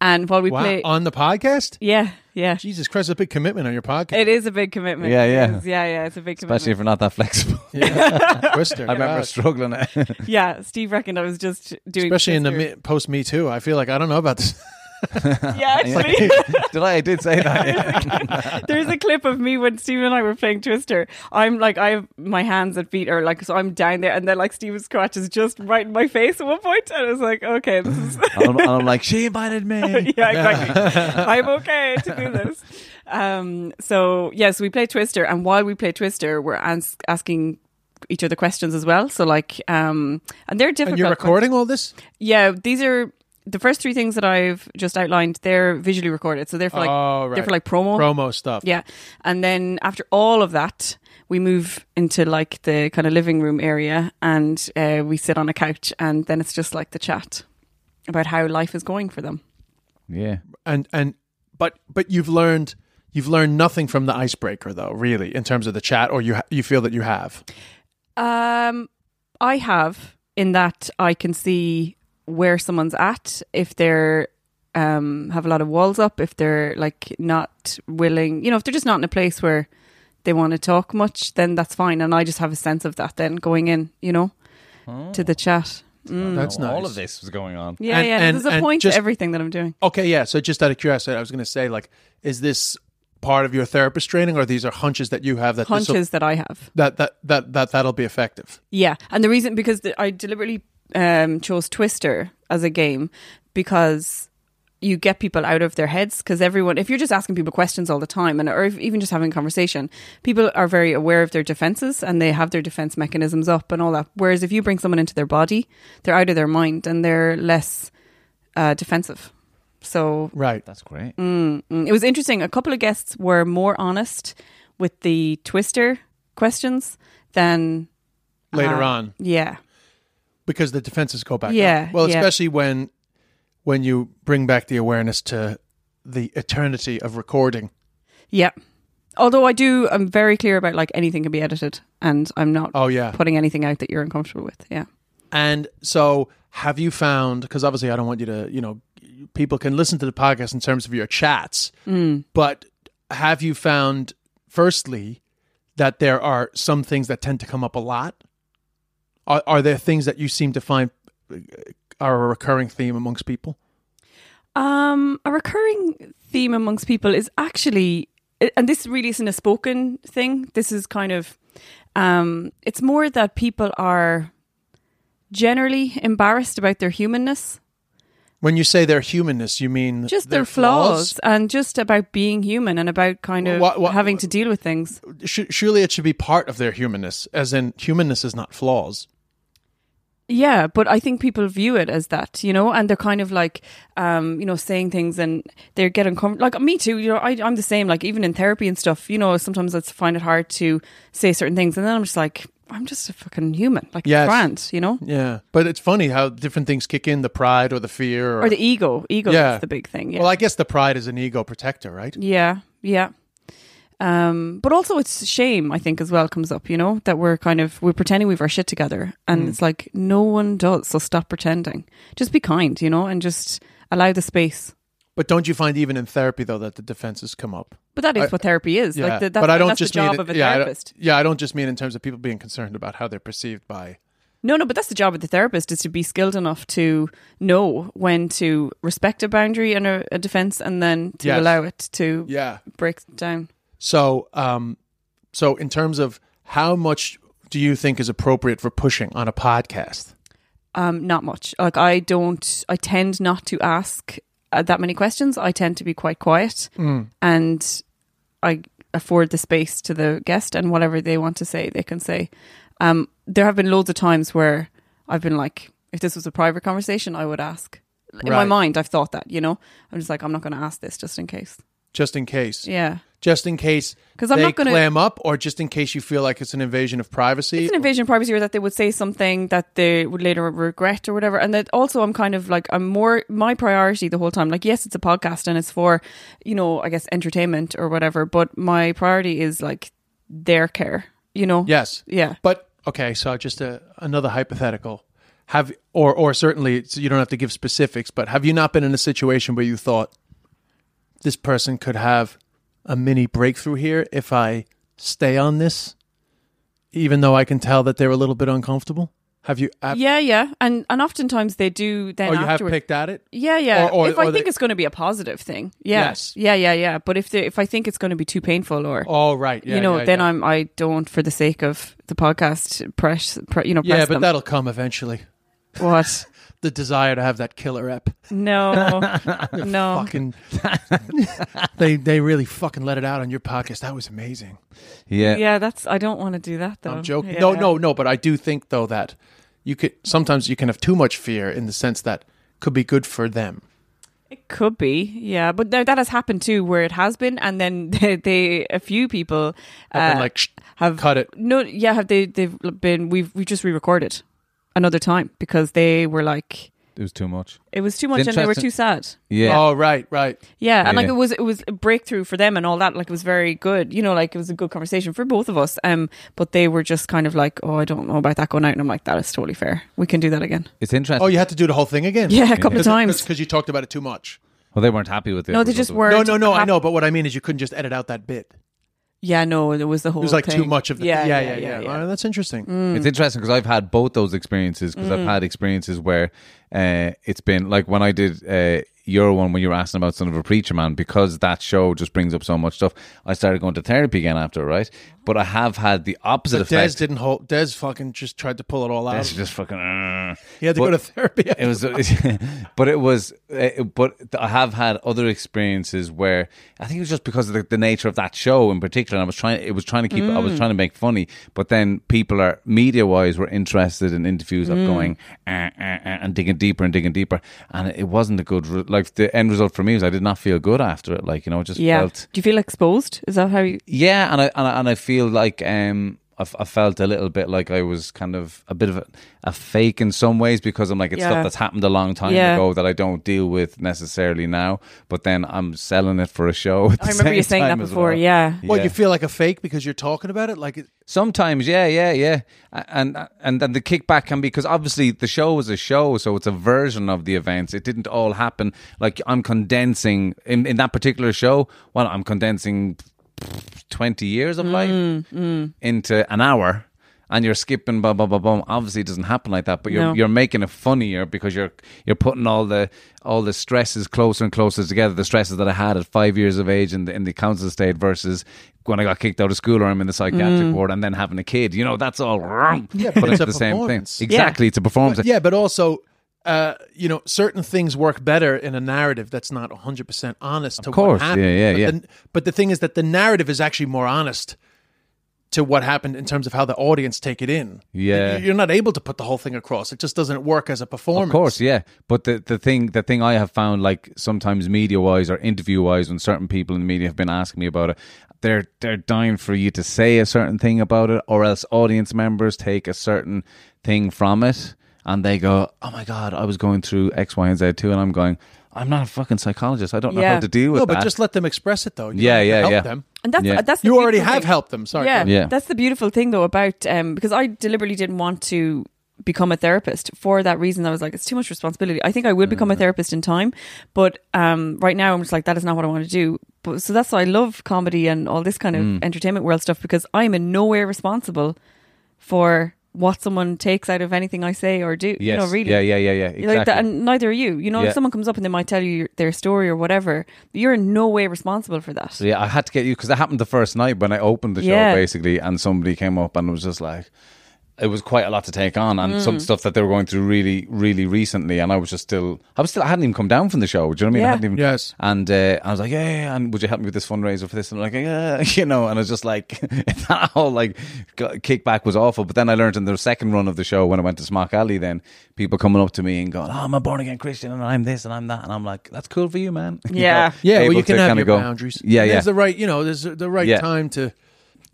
[SPEAKER 2] and while we
[SPEAKER 1] wow.
[SPEAKER 2] play,
[SPEAKER 1] On the podcast.
[SPEAKER 2] yeah, yeah,
[SPEAKER 1] Jesus Christ, that's a big commitment on your podcast.
[SPEAKER 2] it is a big commitment.
[SPEAKER 3] Yeah,
[SPEAKER 2] It
[SPEAKER 3] yeah.
[SPEAKER 2] is. yeah, yeah. It's a big commitment.
[SPEAKER 3] Especially if you're not that flexible.
[SPEAKER 1] Twister.
[SPEAKER 3] I remember
[SPEAKER 1] God.
[SPEAKER 3] struggling.
[SPEAKER 2] yeah, Steve reckoned I was just doing
[SPEAKER 1] especially in the
[SPEAKER 2] Twister.
[SPEAKER 1] me, post Me Too. I feel like I don't know about this.
[SPEAKER 2] yeah. Actually,
[SPEAKER 3] did I? I did say that. yeah.
[SPEAKER 2] there's a clip of me when Steve and I were playing Twister. I'm like, I have my hands and feet are like, so I'm down there, and then like Steven's crotch is just right in my face at one point, and I was like, okay, this is.
[SPEAKER 3] And I'm, and I'm like, she invited me.
[SPEAKER 2] yeah, exactly. I'm okay to do this. Um, so yes, we play Twister, and while we play Twister, we're ans- asking each other questions as well. So like, um, and they're different.
[SPEAKER 1] And you're recording all this?
[SPEAKER 2] Yeah, these are the first three things that I've just outlined. They're visually recorded, so they're for like
[SPEAKER 1] Oh,
[SPEAKER 2] they're
[SPEAKER 1] right.
[SPEAKER 2] for like promo.
[SPEAKER 1] Promo stuff.
[SPEAKER 2] Yeah, and then after all of that. We move into like the kind of living room area, and uh, we sit on a couch, and then it's just like the chat about how life is going for them.
[SPEAKER 3] Yeah.
[SPEAKER 1] And and but but you've learned you've learned nothing from the icebreaker though, really, in terms of the chat, or you ha- you feel that you have.
[SPEAKER 2] Um, I have in that I can see where someone's at if they're um have a lot of walls up if they're like not willing you know if they're just not in a place where they want to talk much then that's fine and I just have a sense of that then going in you know to the chat Mm.
[SPEAKER 1] That's
[SPEAKER 3] Oh,
[SPEAKER 1] nice.
[SPEAKER 3] All of this was going on.
[SPEAKER 2] yeah
[SPEAKER 1] Oh. And-
[SPEAKER 2] yeah
[SPEAKER 1] and-
[SPEAKER 2] there's a
[SPEAKER 1] and
[SPEAKER 2] point
[SPEAKER 1] just-
[SPEAKER 2] to everything that I'm doing
[SPEAKER 1] Okay, yeah. So just out of curiosity, I was going to say, like, is this part of your therapist training, or these are hunches that you have that this'll-
[SPEAKER 2] hunches that I have
[SPEAKER 1] that that that that that'll be effective?
[SPEAKER 2] Yeah, and the reason because the, I deliberately um, chose Twister as a game because you get people out of their heads because everyone if you're just asking people questions all the time and or if, even just having conversation people are very aware of their defenses and they have their defense mechanisms up and all that whereas if you bring someone into their body they're out of their mind and they're less uh, defensive so
[SPEAKER 1] Right.
[SPEAKER 3] That's great.
[SPEAKER 2] Mm, It was interesting. A couple of guests were more honest with the Twister questions than
[SPEAKER 1] Later
[SPEAKER 2] uh,
[SPEAKER 1] on,
[SPEAKER 2] Yeah.
[SPEAKER 1] because the defenses go back.
[SPEAKER 2] Yeah,
[SPEAKER 1] up. Well,
[SPEAKER 2] yeah.
[SPEAKER 1] especially when when you bring back the awareness to the eternity of recording.
[SPEAKER 2] Yeah. Although I do, I'm very clear about like anything can be edited, and I'm not
[SPEAKER 1] Oh yeah.
[SPEAKER 2] putting anything out that you're uncomfortable with. Yeah.
[SPEAKER 1] And so, have you found? Because obviously, I don't want you to. You know, people can listen to the podcast in terms of your chats,
[SPEAKER 2] Mm.
[SPEAKER 1] but have you found, firstly, that there are some things that tend to come up a lot? Are, are there things that you seem to find uh, are a recurring theme amongst people?
[SPEAKER 2] Um, a recurring theme amongst people is actually, and this really isn't a spoken thing. This is kind of, um, it's more that people are generally embarrassed about their humanness,
[SPEAKER 1] When you say their humanness, you mean
[SPEAKER 2] just their, flaws, and just about being human and about kind of
[SPEAKER 1] What- what-
[SPEAKER 2] having to deal with things.
[SPEAKER 1] Sh- surely it should be part of their humanness, as in humanness is not flaws.
[SPEAKER 2] Yeah, but I think people view it as that, you know, and they're kind of like, um, you know, saying things and they get uncomfortable. Like me too, you know, I, I'm the same. Like even in therapy and stuff, you know, sometimes I find it hard to say certain things, and then I'm just like, I'm just a fucking human, like
[SPEAKER 1] Yes.
[SPEAKER 2] it's grand, you know,
[SPEAKER 1] Yeah, but it's funny how different things kick in—the pride or the fear, or,
[SPEAKER 2] or the ego. Ego
[SPEAKER 1] Yeah.
[SPEAKER 2] is the big thing. Yeah.
[SPEAKER 1] Well, I guess the pride is an ego protector, right?
[SPEAKER 2] Yeah, yeah. Um, but also it's shame, I think, as well comes up, you know, that we're kind of we're pretending we've our shit together and
[SPEAKER 1] Mm.
[SPEAKER 2] it's like no one does, so stop pretending. Just be kind, you know, and just allow the space.
[SPEAKER 1] But don't you find even in therapy though that the defenses come up?
[SPEAKER 2] But that is
[SPEAKER 1] I-
[SPEAKER 2] what therapy is.
[SPEAKER 1] Yeah,
[SPEAKER 2] like the, that's,
[SPEAKER 1] but I don't
[SPEAKER 2] that's
[SPEAKER 1] just
[SPEAKER 2] the job
[SPEAKER 1] mean
[SPEAKER 2] of a
[SPEAKER 1] yeah, I don't-
[SPEAKER 2] therapist.
[SPEAKER 1] yeah, I don't just mean in terms of people being concerned about how they're perceived by.
[SPEAKER 2] No, no, but that's the job of the therapist is to be skilled enough to know when to respect a boundary and a, a defense and then to
[SPEAKER 1] Yes.
[SPEAKER 2] allow it to
[SPEAKER 1] Yeah.
[SPEAKER 2] break down.
[SPEAKER 1] So, um, so in terms of how much do you think is appropriate for pushing on a podcast?
[SPEAKER 2] Um, not much. Like I don't. I tend not to ask uh, that many questions. I tend to be quite quiet, and I afford the space to the guest and whatever they want to say, they can say. Um, there have been loads of times where I've been like, if this was a private conversation, I would ask. In my
[SPEAKER 1] Right.
[SPEAKER 2] mind, I've thought that. You know, I'm just like, I'm not going to ask this just in case.
[SPEAKER 1] Just in case.
[SPEAKER 2] Yeah.
[SPEAKER 1] Just in case
[SPEAKER 2] 'Cause I'm
[SPEAKER 1] they
[SPEAKER 2] not gonna-
[SPEAKER 1] clam up, or just in case you feel like it's an invasion of privacy.
[SPEAKER 2] it's an invasion of privacy or that they would say something that they would later regret or whatever and that also i'm kind of like i'm more my priority the whole time like yes it's a podcast and it's for you know i guess entertainment or whatever but my priority is like their care you know
[SPEAKER 1] Yes.
[SPEAKER 2] yeah
[SPEAKER 1] But okay, so just a, another hypothetical. Have or or certainly it's, you don't have to give specifics, but have you not been in a situation where you thought this person could have a mini breakthrough here if I stay on this, even though I can tell that they're a little bit uncomfortable? Have you? ab-
[SPEAKER 2] yeah yeah and and oftentimes they do then
[SPEAKER 1] or you
[SPEAKER 2] afterwards
[SPEAKER 1] have picked at it?
[SPEAKER 2] yeah yeah
[SPEAKER 1] Or- or-
[SPEAKER 2] if
[SPEAKER 1] or
[SPEAKER 2] i
[SPEAKER 1] they-
[SPEAKER 2] think it's going to be a positive thing yeah
[SPEAKER 1] Yes.
[SPEAKER 2] yeah yeah yeah but if they, if i think it's going to be too painful or
[SPEAKER 1] Oh right, yeah,
[SPEAKER 2] you know,
[SPEAKER 1] yeah,
[SPEAKER 2] then
[SPEAKER 1] yeah.
[SPEAKER 2] I'm. I don't, for the sake of the podcast, press. Pre, you know, press
[SPEAKER 1] Yeah, but
[SPEAKER 2] them.
[SPEAKER 1] that'll come eventually.
[SPEAKER 2] what?
[SPEAKER 1] The desire to have that killer ep.
[SPEAKER 2] No, no.
[SPEAKER 1] Fucking, they they really fucking let it out on your podcast. That was amazing.
[SPEAKER 3] Yeah.
[SPEAKER 2] Yeah, that's. I don't want to do that though.
[SPEAKER 1] I'm joking.
[SPEAKER 2] Yeah.
[SPEAKER 1] No, no, no. But I do think though that you could sometimes you can have too much fear in the sense that could be good for them.
[SPEAKER 2] It could be. Yeah, but there, that has happened too, where it has been, and then they, they a few people
[SPEAKER 1] Have been
[SPEAKER 2] uh,
[SPEAKER 1] like, "Shh,
[SPEAKER 2] have
[SPEAKER 1] cut it."
[SPEAKER 2] No, yeah, have they? They've been. We've we just re-recorded another time because they were like
[SPEAKER 3] It was too much.
[SPEAKER 2] it was too much and they were
[SPEAKER 3] interesting.
[SPEAKER 2] too sad.
[SPEAKER 3] Yeah.
[SPEAKER 1] Oh, right, right.
[SPEAKER 2] Yeah, and like
[SPEAKER 3] Yeah.
[SPEAKER 2] it was it was a breakthrough for them and all that. Like it was very good, you know. Like it was a good conversation for both of us. Um, but they were just kind of like, oh, I don't know about that going out, and I'm like, that is totally fair. We can do that again.
[SPEAKER 3] It's interesting.
[SPEAKER 1] Oh, you had to do the whole thing again.
[SPEAKER 2] Yeah, a couple of times.
[SPEAKER 1] because you talked about it too much.
[SPEAKER 3] Well, they weren't happy with it.
[SPEAKER 2] No, they just weren't.
[SPEAKER 1] No, no, no. I
[SPEAKER 2] hap-
[SPEAKER 1] know, but what I mean is you couldn't just edit out that bit.
[SPEAKER 2] Yeah, no, it was the whole.
[SPEAKER 1] It was like too
[SPEAKER 2] thing.
[SPEAKER 1] much of the. Yeah, yeah, yeah. Oh, that's interesting.
[SPEAKER 3] It's interesting because I've had both those experiences because
[SPEAKER 2] Mm.
[SPEAKER 3] I've had experiences where uh, it's been like when I did uh, Euro one when you were asking about Son of a Preacher Man because that show just brings up so much stuff. I started going to therapy again after, right? But I have had the opposite
[SPEAKER 1] But Des
[SPEAKER 3] effect.
[SPEAKER 1] didn't hold. Des fucking just tried to pull it all out.
[SPEAKER 3] That's just fucking. uh,
[SPEAKER 1] he had to go
[SPEAKER 3] but-
[SPEAKER 1] to therapy.
[SPEAKER 3] it was but it was uh, but i have had other experiences where i think it was just because of the, the nature of that show in particular and i was trying it was trying to keep i was trying to make funny but then people are media wise were interested in interviews of going uh, uh, uh, and digging deeper and digging deeper and it wasn't a good re- like the end result for me was i did not feel good after it like you know it just
[SPEAKER 2] Yeah.
[SPEAKER 3] felt
[SPEAKER 2] Do you feel exposed? Is that how you?
[SPEAKER 3] yeah, and I and I, and I feel like um, I, f- I felt a little bit like I was kind of a bit of a, a fake in some ways because I'm like it's
[SPEAKER 2] Yeah.
[SPEAKER 3] stuff that's happened a long time
[SPEAKER 2] Yeah.
[SPEAKER 3] ago that I don't deal with necessarily now, but then I'm selling it for a show. at
[SPEAKER 2] I
[SPEAKER 3] the
[SPEAKER 2] remember you
[SPEAKER 3] same
[SPEAKER 2] saying that
[SPEAKER 3] time as
[SPEAKER 2] before.
[SPEAKER 3] well.
[SPEAKER 2] Yeah.
[SPEAKER 1] Well,
[SPEAKER 3] Yeah.
[SPEAKER 1] you feel like a fake because you're talking about it. Like, it,
[SPEAKER 3] Sometimes, yeah, yeah, yeah, A- and and then the kickback can be because obviously the show is a show, so it's a version of the events. It didn't all happen like I'm condensing in in that particular show. Well, I'm condensing twenty years of life into an hour, and you're skipping, blah blah blah blah. Obviously, it doesn't happen like that, but you're
[SPEAKER 2] No.
[SPEAKER 3] you're making it funnier because you're you're putting all the all the stresses closer and closer together. The stresses that I had at five years of age in the in the council estate versus when I got kicked out of school or I'm in the psychiatric
[SPEAKER 2] Mm.
[SPEAKER 3] ward and then having a kid. You know, that's all. Yeah,
[SPEAKER 1] but it's a
[SPEAKER 3] the same thing.
[SPEAKER 1] performance.
[SPEAKER 3] Exactly, it's a performance.
[SPEAKER 1] yeah, but also uh, you know, certain things work better in a narrative that's not 100% honest to what
[SPEAKER 3] course.
[SPEAKER 1] happened.
[SPEAKER 3] Yeah, yeah,
[SPEAKER 1] but
[SPEAKER 3] yeah.
[SPEAKER 1] The, but the thing is that the narrative is actually more honest to what happened in terms of how the audience take it in.
[SPEAKER 3] Yeah.
[SPEAKER 1] You- You're not able to put the whole thing across. It just doesn't work as a performance.
[SPEAKER 3] Of course, yeah. But the, the thing the thing I have found like sometimes media wise or interview wise when certain people in the media have been asking me about it, they're they're dying for you to say a certain thing about it, or else audience members take a certain thing from it and they go, Oh my god, I was going through X, Y, and Z too, and I'm going, I'm not a fucking psychologist. I don't know how
[SPEAKER 2] Yeah.
[SPEAKER 3] to deal with
[SPEAKER 1] No, but
[SPEAKER 3] that.
[SPEAKER 1] just let them express it though. You
[SPEAKER 3] Yeah,
[SPEAKER 1] don't have to
[SPEAKER 3] yeah,
[SPEAKER 1] help
[SPEAKER 3] yeah.
[SPEAKER 1] Them.
[SPEAKER 2] And that's
[SPEAKER 3] Yeah.
[SPEAKER 2] that's the
[SPEAKER 1] You already
[SPEAKER 2] beautiful
[SPEAKER 1] have
[SPEAKER 2] thing.
[SPEAKER 1] helped them. Sorry.
[SPEAKER 2] Yeah,
[SPEAKER 1] go
[SPEAKER 3] Yeah.
[SPEAKER 2] that's the beautiful thing though about um, because I deliberately didn't want to become a therapist for that reason. I was like, it's too much responsibility. I think I will
[SPEAKER 3] Mm,
[SPEAKER 2] become a therapist in time, but um, right now I'm just like that is not what I want to do. But so that's why I love comedy and all this kind of
[SPEAKER 3] Mm.
[SPEAKER 2] entertainment world stuff because I'm in no way responsible for what someone takes out of anything I say or do. You
[SPEAKER 3] Yes.
[SPEAKER 2] know, really.
[SPEAKER 3] Yeah, yeah, yeah, yeah. Exactly.
[SPEAKER 2] Like that, and neither are you. You know,
[SPEAKER 3] Yeah.
[SPEAKER 2] if someone comes up and they might tell you your- their story or whatever, you're in no way responsible for that.
[SPEAKER 3] So yeah, I had to get you because that happened the first night when I opened the show
[SPEAKER 2] Yeah.
[SPEAKER 3] basically, and somebody came up and was just like, it was quite a lot to take on, and
[SPEAKER 2] Mm.
[SPEAKER 3] some stuff that they were going through really, really recently, and I was just still, I was still, I hadn't even come down from the show. Do you know what I mean? I
[SPEAKER 2] Yeah.
[SPEAKER 3] hadn't even,
[SPEAKER 1] Yes.
[SPEAKER 3] And uh, I was like, yeah, yeah, yeah, and would you help me with this fundraiser for this? And I'm like, yeah, you know, and I was just like, that whole like g- kickback was awful. But then I learned in the second run of the show when I went to Smock Alley, then people coming up to me and going, oh, I'm a born again Christian, and I'm this, and I'm that, and I'm like, that's cool for you, man. You know,
[SPEAKER 2] Yeah.
[SPEAKER 1] Yeah, well,
[SPEAKER 3] able
[SPEAKER 1] you can
[SPEAKER 3] to
[SPEAKER 1] have
[SPEAKER 3] kinda
[SPEAKER 1] your
[SPEAKER 3] go,
[SPEAKER 1] boundaries.
[SPEAKER 3] Yeah,
[SPEAKER 1] And
[SPEAKER 3] yeah.
[SPEAKER 1] There's the right, you know, there's the right
[SPEAKER 3] Yeah.
[SPEAKER 1] time to.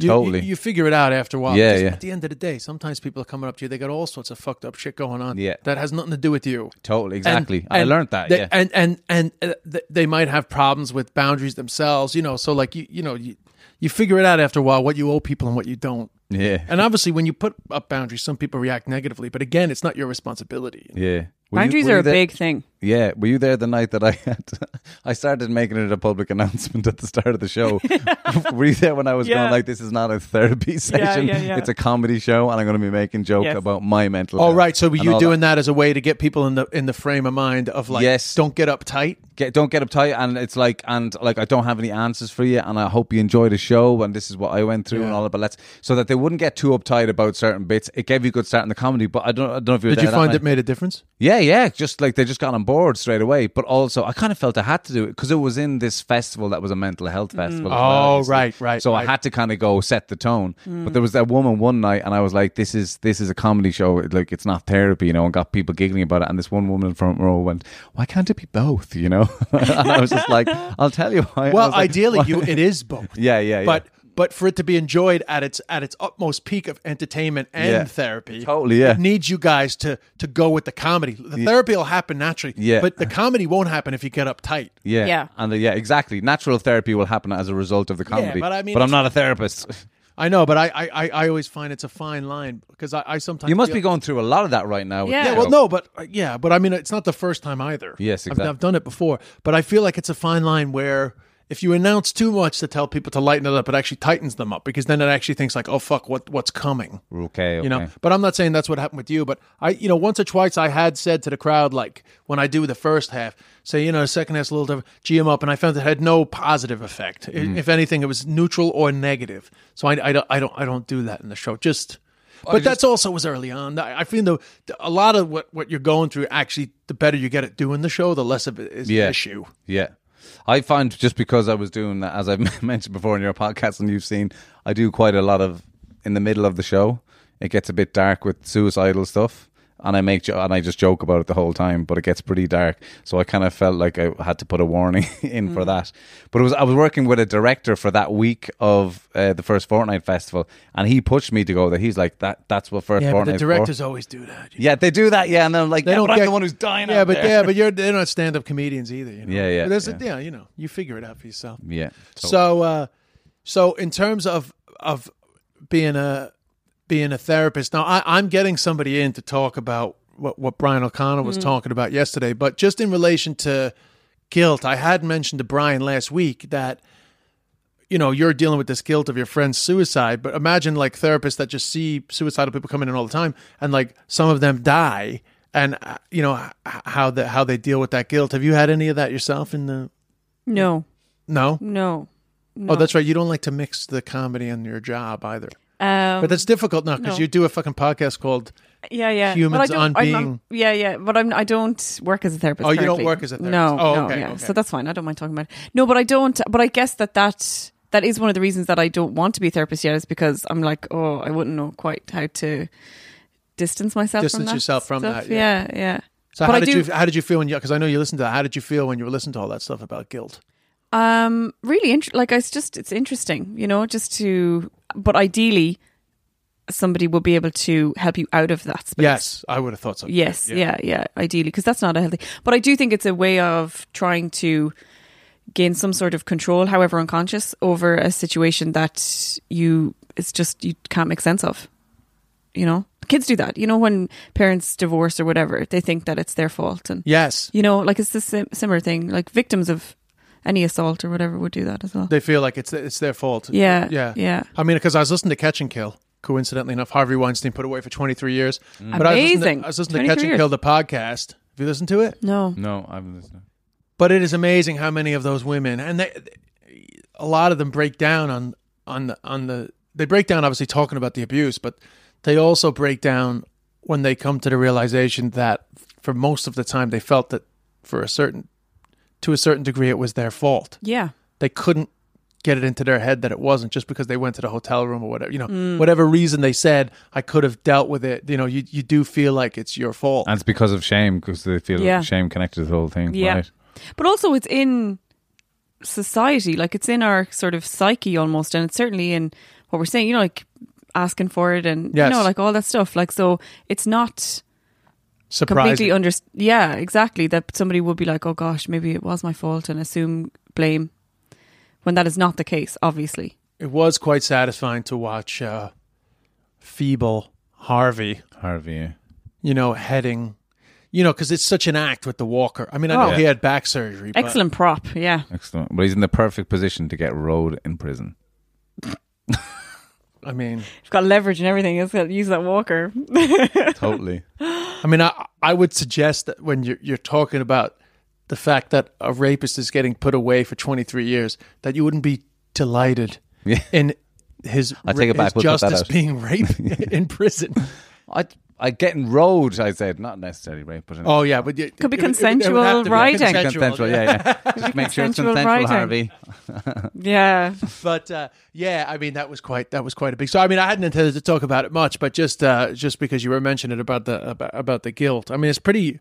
[SPEAKER 1] You,
[SPEAKER 3] Totally.
[SPEAKER 1] You, you figure it out after a while.
[SPEAKER 3] Yeah,
[SPEAKER 1] Just
[SPEAKER 3] yeah.
[SPEAKER 1] At the end of the day, sometimes people are coming up to you. They got all sorts of fucked up shit going on.
[SPEAKER 3] Yeah.
[SPEAKER 1] That has nothing to do with you.
[SPEAKER 3] Totally,
[SPEAKER 1] And-
[SPEAKER 3] exactly. I
[SPEAKER 1] and
[SPEAKER 3] learned that.
[SPEAKER 1] they-
[SPEAKER 3] yeah,
[SPEAKER 1] And and and uh, th- they might have problems with boundaries themselves. You know, so like you you know you you figure it out after a while what you owe people and what you don't.
[SPEAKER 3] yeah,
[SPEAKER 1] And obviously, when you put up boundaries, some people react negatively. But again, it's not your responsibility.
[SPEAKER 3] yeah. Were you-
[SPEAKER 2] Boundaries
[SPEAKER 3] were you
[SPEAKER 2] are a
[SPEAKER 3] there-
[SPEAKER 2] big thing.
[SPEAKER 3] Yeah, were you there the night that I had? I started making it a public announcement at the start of the show. were you there when I was
[SPEAKER 2] Yeah.
[SPEAKER 3] going like, "This is not a therapy session.
[SPEAKER 2] yeah, yeah.
[SPEAKER 3] It's a comedy show, and I'm going to be making jokes
[SPEAKER 2] Yes.
[SPEAKER 3] about my mental."
[SPEAKER 1] All
[SPEAKER 3] health
[SPEAKER 1] Oh, right, so were
[SPEAKER 3] and
[SPEAKER 1] you
[SPEAKER 3] all
[SPEAKER 1] doing that. as a way to get people in the in the frame of mind of like,
[SPEAKER 3] Yes.
[SPEAKER 1] don't get uptight.
[SPEAKER 3] Get, don't get uptight, and it's like, and like, I don't have any answers for you, and I hope you enjoy the show, and this is what I went through, and all that. But let's so that they wouldn't get too uptight about certain bits. It gave you a good start in the comedy, but I don't, I don't know if you were
[SPEAKER 1] Did
[SPEAKER 3] there
[SPEAKER 1] you
[SPEAKER 3] that
[SPEAKER 1] find
[SPEAKER 3] night.
[SPEAKER 1] it made a difference?
[SPEAKER 3] Yeah, yeah. Just like they just got on board straight away. But also, I kind of felt I had to do it because it was in this festival that was a mental health festival. as well,
[SPEAKER 1] Oh,
[SPEAKER 3] obviously.
[SPEAKER 1] right, right,
[SPEAKER 3] So I
[SPEAKER 1] right.
[SPEAKER 3] had to kind of go set the tone.
[SPEAKER 2] Mm.
[SPEAKER 3] But there was that woman one night, and I was like, "This is this is a comedy show. Like it's not therapy, you know." And got people giggling about it. And this one woman in the front row went, "Why can't it be both?" You know. and I was just like, "I'll tell you why."
[SPEAKER 1] Well,
[SPEAKER 3] I was like,
[SPEAKER 1] ideally, you it is both.
[SPEAKER 3] Yeah, yeah, yeah.
[SPEAKER 1] But but for it to be enjoyed at its at its utmost peak of entertainment and
[SPEAKER 3] Yeah.
[SPEAKER 1] therapy,
[SPEAKER 3] Totally, yeah.
[SPEAKER 1] it needs you guys to to go with the comedy. The therapy will happen naturally,
[SPEAKER 3] Yeah.
[SPEAKER 1] But the comedy won't happen if you get uptight.
[SPEAKER 3] yeah,
[SPEAKER 2] Yeah.
[SPEAKER 3] and uh, yeah, exactly. Natural therapy will happen as a result of the comedy.
[SPEAKER 1] but I mean,
[SPEAKER 3] but I'm
[SPEAKER 1] it's-
[SPEAKER 3] not a therapist.
[SPEAKER 1] I know, but I I, I, I always find it's a fine line because I, I sometimes
[SPEAKER 3] you must
[SPEAKER 1] feel-
[SPEAKER 3] be going through a lot of that right now. with
[SPEAKER 2] Yeah.
[SPEAKER 3] the
[SPEAKER 1] Yeah, well,
[SPEAKER 3] show.
[SPEAKER 1] no, but uh, yeah, but I mean, it's not the first time either.
[SPEAKER 3] Yes,
[SPEAKER 1] I've-
[SPEAKER 3] exactly.
[SPEAKER 1] I've, done it before, but I feel like it's a fine line where if you announce too much to tell people to lighten it up, it actually tightens them up because then it actually thinks like, oh fuck, what what's coming?
[SPEAKER 3] Okay,
[SPEAKER 1] You know,
[SPEAKER 3] okay.
[SPEAKER 1] but I'm not saying that's what happened with you. But I, you know, once or twice I had said to the crowd, like when I do the first half, say, you know, the second half's a little different, G 'em up, and I found it had no positive effect. I-
[SPEAKER 3] Mm.
[SPEAKER 1] If anything, it was neutral or negative. So I, I don't, I don't, I don't do that in the show. Just, but that's also was early on. I, I feel though a lot of what what you're going through actually, the better you get at doing the show, the less of it is
[SPEAKER 3] Yeah.
[SPEAKER 1] an issue.
[SPEAKER 3] Yeah. I find just because I was doing that, as I've mentioned before in your podcast and you've seen, I do quite a lot of in the middle of the show. It gets a bit dark with suicidal stuff, and I make jo- and I just joke about it the whole time. But it gets pretty dark, so I kind of felt like I had to put a warning in for that. But it was I was working with a director for that week of uh, the first Fortnite festival, and he pushed me to go there. He's like, "That that's what first
[SPEAKER 1] Yeah,
[SPEAKER 3] Fortnite."
[SPEAKER 1] but the directors always do that.
[SPEAKER 3] yeah, they do that. Yeah, and then I'm like,
[SPEAKER 1] They
[SPEAKER 3] yeah,
[SPEAKER 1] don't
[SPEAKER 3] but
[SPEAKER 1] get
[SPEAKER 3] I'm the one who's dying.
[SPEAKER 1] Yeah,
[SPEAKER 3] out
[SPEAKER 1] but
[SPEAKER 3] there.
[SPEAKER 1] yeah, but you're they're not stand up comedians either. You know?
[SPEAKER 3] Yeah, yeah,
[SPEAKER 1] But there's a-
[SPEAKER 3] yeah.
[SPEAKER 1] yeah, you know, you figure it out for yourself.
[SPEAKER 3] yeah.
[SPEAKER 1] So, uh, so in terms of of being a being a therapist, now I, I'm getting somebody in to talk about what what Brian O'Connor was
[SPEAKER 3] Mm-hmm.
[SPEAKER 1] talking about yesterday, but just in relation to guilt, I had mentioned to Brian last week that you know you're dealing with this guilt of your friend's suicide, but imagine like therapists that just see suicidal people coming in all the time, and like some of them die. And uh, you know h- how the how they deal with that guilt. Have you had any of that yourself? In the
[SPEAKER 2] No,
[SPEAKER 1] no,
[SPEAKER 2] no.
[SPEAKER 1] Oh, that's right. You don't like to mix the comedy and your job either.
[SPEAKER 2] Um,
[SPEAKER 1] But that's difficult now because
[SPEAKER 2] no.
[SPEAKER 1] you do a fucking podcast called
[SPEAKER 2] yeah, yeah.
[SPEAKER 1] humans
[SPEAKER 2] Well, I
[SPEAKER 1] on
[SPEAKER 2] don't- I'm-
[SPEAKER 1] being.
[SPEAKER 2] I'm- yeah, yeah. But I'm. I don't work as a therapist.
[SPEAKER 1] Oh, you don't
[SPEAKER 2] currently.
[SPEAKER 1] work as a therapist.
[SPEAKER 2] No,
[SPEAKER 1] Oh,
[SPEAKER 2] no,
[SPEAKER 1] okay,
[SPEAKER 2] yeah.
[SPEAKER 1] okay.
[SPEAKER 2] So that's fine. I don't mind talking about. it. No, but I don't. But I guess that that that is one of the reasons that I don't want to be a therapist yet is because I'm like, oh, I wouldn't know quite how to distance myself. from
[SPEAKER 1] Distance
[SPEAKER 2] that
[SPEAKER 1] yourself from
[SPEAKER 2] stuff.
[SPEAKER 1] that, yeah.
[SPEAKER 2] yeah, yeah.
[SPEAKER 1] so
[SPEAKER 2] but
[SPEAKER 1] how
[SPEAKER 2] I
[SPEAKER 1] did
[SPEAKER 2] do-
[SPEAKER 1] you how did you feel when you because I know you listened to that. How did you feel when you were listening to all that stuff about guilt?
[SPEAKER 2] Um, really, int- like it's just it's interesting, you know, just to. But ideally, somebody will be able to help you out of that space.
[SPEAKER 1] Yes, I would have thought so.
[SPEAKER 2] Yes, yeah, yeah, ideally, because that's not a healthy. But I do think it's a way of trying to gain some sort of control, however unconscious, over a situation that you it's just you can't make sense of. You know, kids do that. You know, when parents divorce or whatever, they think that it's their fault, and
[SPEAKER 1] Yes,
[SPEAKER 2] you know, like it's the sim- similar thing. Like victims of any assault or whatever would do that as well.
[SPEAKER 1] they feel like it's it's their fault.
[SPEAKER 2] Yeah,
[SPEAKER 1] yeah,
[SPEAKER 2] yeah.
[SPEAKER 1] I mean, because I was listening to Catch and Kill. Coincidentally enough, Harvey Weinstein put away for 23 years. But I was listening
[SPEAKER 2] Mm. Amazing.
[SPEAKER 1] to, I was listening to
[SPEAKER 2] 23
[SPEAKER 1] Catch and
[SPEAKER 2] years.
[SPEAKER 1] Kill, the podcast. Have you listened to it?
[SPEAKER 2] no,
[SPEAKER 3] No, I haven't listened.
[SPEAKER 1] But it is amazing how many of those women, and they, a lot of them break down on on the on the they break down obviously talking about the abuse, but they also break down when they come to the realization that for most of the time they felt that for a certain to a certain degree it was their fault.
[SPEAKER 2] yeah,
[SPEAKER 1] They couldn't get it into their head that it wasn't just because they went to the hotel room or whatever, you know,
[SPEAKER 2] Mm.
[SPEAKER 1] whatever reason they said, I could have dealt with it. You know, you you do feel like it's your fault.
[SPEAKER 3] And it's because of shame, because they feel
[SPEAKER 2] Yeah.
[SPEAKER 3] shame connected to the whole thing.
[SPEAKER 2] Yeah.
[SPEAKER 3] Right.
[SPEAKER 2] but also it's in society, like it's in our sort of psyche almost, and it's certainly in what we're saying. You know, like asking for it and
[SPEAKER 1] Yes.
[SPEAKER 2] you know, like all that stuff. Like so, it's not completely
[SPEAKER 1] Surprising.
[SPEAKER 2] under. Yeah, exactly. That somebody would be like, "Oh gosh, maybe it was my fault," and assume blame when that is not the case. Obviously,
[SPEAKER 1] it was quite satisfying to watch uh, feeble Harvey,
[SPEAKER 3] Harvey. yeah.
[SPEAKER 1] you know, heading, you know, because it's such an act with the walker. I mean, I know
[SPEAKER 2] Oh.
[SPEAKER 1] he had back surgery. but-
[SPEAKER 2] excellent prop. Yeah,
[SPEAKER 3] Excellent. But he's in the perfect position to get rode in prison.
[SPEAKER 1] I mean,
[SPEAKER 2] it's got leverage and everything. It's got use that walker.
[SPEAKER 3] Totally.
[SPEAKER 1] I mean, I I would suggest that when you're you're talking about the fact that a rapist is getting put away for 23 years, that you wouldn't be delighted
[SPEAKER 3] Yeah.
[SPEAKER 1] in his,
[SPEAKER 3] I take it back.
[SPEAKER 1] his
[SPEAKER 3] We'll cut that
[SPEAKER 1] justice
[SPEAKER 3] out.
[SPEAKER 1] being raped in prison.
[SPEAKER 3] I I getting rode. I said not necessarily rape, but
[SPEAKER 1] Oh yeah, but it
[SPEAKER 2] Could be
[SPEAKER 1] it would- it would- it would
[SPEAKER 2] consensual
[SPEAKER 1] have to be
[SPEAKER 2] riding.
[SPEAKER 1] consensual,
[SPEAKER 3] consensual. Yeah, yeah. Just make sure it's
[SPEAKER 2] consensual
[SPEAKER 3] consensual,
[SPEAKER 2] riding.
[SPEAKER 3] Harvey.
[SPEAKER 2] yeah.
[SPEAKER 1] but uh, yeah, I mean that was quite that was quite a big. So I mean I hadn't intended to talk about it much, but just uh, just because you were mentioning about the about, about the guilt, I mean it's pretty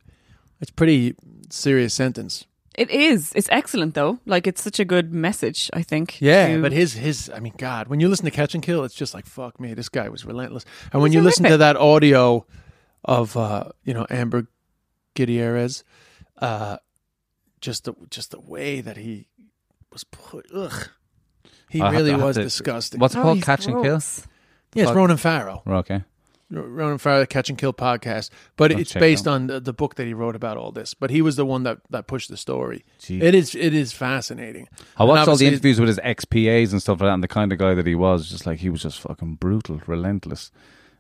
[SPEAKER 1] it's pretty serious sentence.
[SPEAKER 2] It is. It's excellent though. Like it's such a good message, I think.
[SPEAKER 1] Yeah,
[SPEAKER 2] to-
[SPEAKER 1] but his his I mean God, when you listen to Catch and Kill, it's just like fuck me, this guy was relentless. And when
[SPEAKER 2] He's
[SPEAKER 1] you listen to
[SPEAKER 2] horrific.
[SPEAKER 1] that audio of uh, you know Amber Gutierrez, uh, just the just the way that he was put, ugh, he
[SPEAKER 3] I have
[SPEAKER 1] really
[SPEAKER 3] to- I have
[SPEAKER 1] was
[SPEAKER 3] to-
[SPEAKER 1] disgusting.
[SPEAKER 3] What's it
[SPEAKER 2] Oh,
[SPEAKER 3] called?
[SPEAKER 2] he's
[SPEAKER 3] Catch and kill.
[SPEAKER 2] gross.
[SPEAKER 1] yeah, it's
[SPEAKER 3] fuck?
[SPEAKER 1] Ronan Farrow.
[SPEAKER 3] We're okay.
[SPEAKER 1] Ronan Farrow, the Catch and Kill podcast, but
[SPEAKER 3] I'll
[SPEAKER 1] it's
[SPEAKER 3] check
[SPEAKER 1] based
[SPEAKER 3] that
[SPEAKER 1] on the, the book that he wrote about all this. But he was the one that, that pushed the story.
[SPEAKER 3] Gee.
[SPEAKER 1] It is it is fascinating.
[SPEAKER 3] I watched all the
[SPEAKER 1] obviously-
[SPEAKER 3] interviews with his ex-PAs and stuff like that, and the kind of guy that he was, just like he was just fucking brutal, relentless,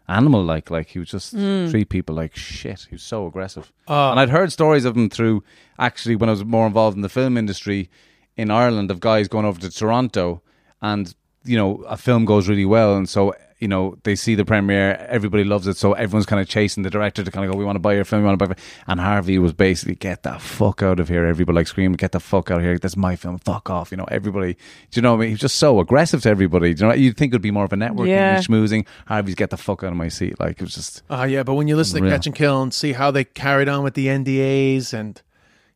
[SPEAKER 3] animal-like. Like he would just treat people like shit. He was so aggressive.
[SPEAKER 1] uh,
[SPEAKER 3] and I'd heard stories of him through actually when I was more involved in the film industry in Ireland of guys going over to Toronto, and you know a film goes really well, and so. You know, they see the premiere, everybody loves it, so everyone's kind of chasing the director to kind of go, We want to buy your film, we want to buy. And Harvey was basically, Get the fuck out of here. Everybody like screaming, Get the fuck out of here. That's my film. Fuck off. You know, everybody, do you know what I mean? He was just so aggressive to everybody. Do you know, you'd think it would be more of a networking
[SPEAKER 2] Yeah.
[SPEAKER 3] and schmoozing. Harvey's, Get the fuck out of my seat. Like, it was just,
[SPEAKER 1] Uh, yeah, but when you listen to
[SPEAKER 3] Unreal.
[SPEAKER 1] Catch and Kill and see how they carried on with the NDAs and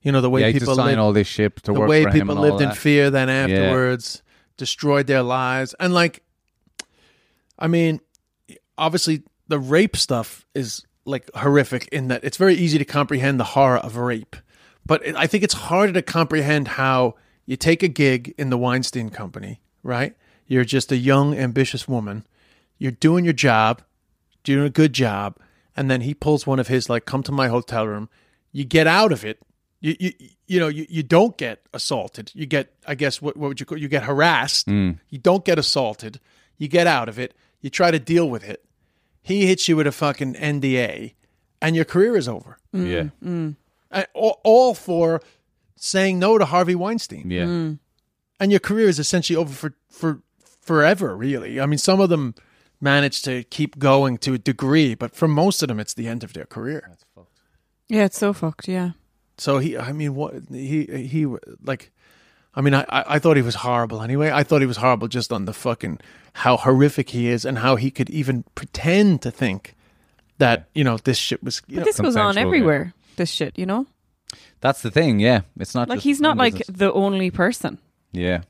[SPEAKER 1] you know the way
[SPEAKER 3] yeah, he had
[SPEAKER 1] people
[SPEAKER 3] to sign
[SPEAKER 1] lived,
[SPEAKER 3] all this shit to
[SPEAKER 1] the
[SPEAKER 3] work
[SPEAKER 1] way
[SPEAKER 3] for him
[SPEAKER 1] people
[SPEAKER 3] and all
[SPEAKER 1] lived in
[SPEAKER 3] that.
[SPEAKER 1] fear, then
[SPEAKER 3] Yeah.
[SPEAKER 1] afterwards destroyed their lives, and like, I mean, obviously the rape stuff is like horrific in that it's very easy to comprehend the horror of rape, but it, I think it's harder to comprehend how you take a gig in the Weinstein Company, right? You're just a young, ambitious woman. You're doing your job, doing a good job, and then he pulls one of his like, "Come to my hotel room." You get out of it. You you you know you, you don't get assaulted. You get I guess what what would you call you get harassed. You don't get assaulted. You get out of it. You try to deal with it. He hits you with a fucking NDA, and your career is over.
[SPEAKER 2] Mm.
[SPEAKER 3] Yeah.
[SPEAKER 1] And all, all for saying no to Harvey Weinstein,
[SPEAKER 3] Yeah.
[SPEAKER 2] Mm.
[SPEAKER 1] and your career is essentially over for for forever. Really, I mean, some of them manage to keep going to a degree, but for most of them, it's the end of their career.
[SPEAKER 2] Yeah, it's so fucked. Yeah.
[SPEAKER 1] So he, I mean, what he he like, I mean, I I I thought he was horrible anyway. I thought he was horrible just on the fucking how horrific he is and how he could even pretend to think that you know this shit was. You
[SPEAKER 2] But
[SPEAKER 1] know,
[SPEAKER 2] this goes on
[SPEAKER 3] Consensual, yeah.
[SPEAKER 2] everywhere. This shit, you know.
[SPEAKER 3] That's the thing. Yeah, it's not
[SPEAKER 2] Like
[SPEAKER 3] just
[SPEAKER 2] he's not
[SPEAKER 3] him, is
[SPEAKER 2] like
[SPEAKER 3] it?
[SPEAKER 2] the only person.
[SPEAKER 3] yeah.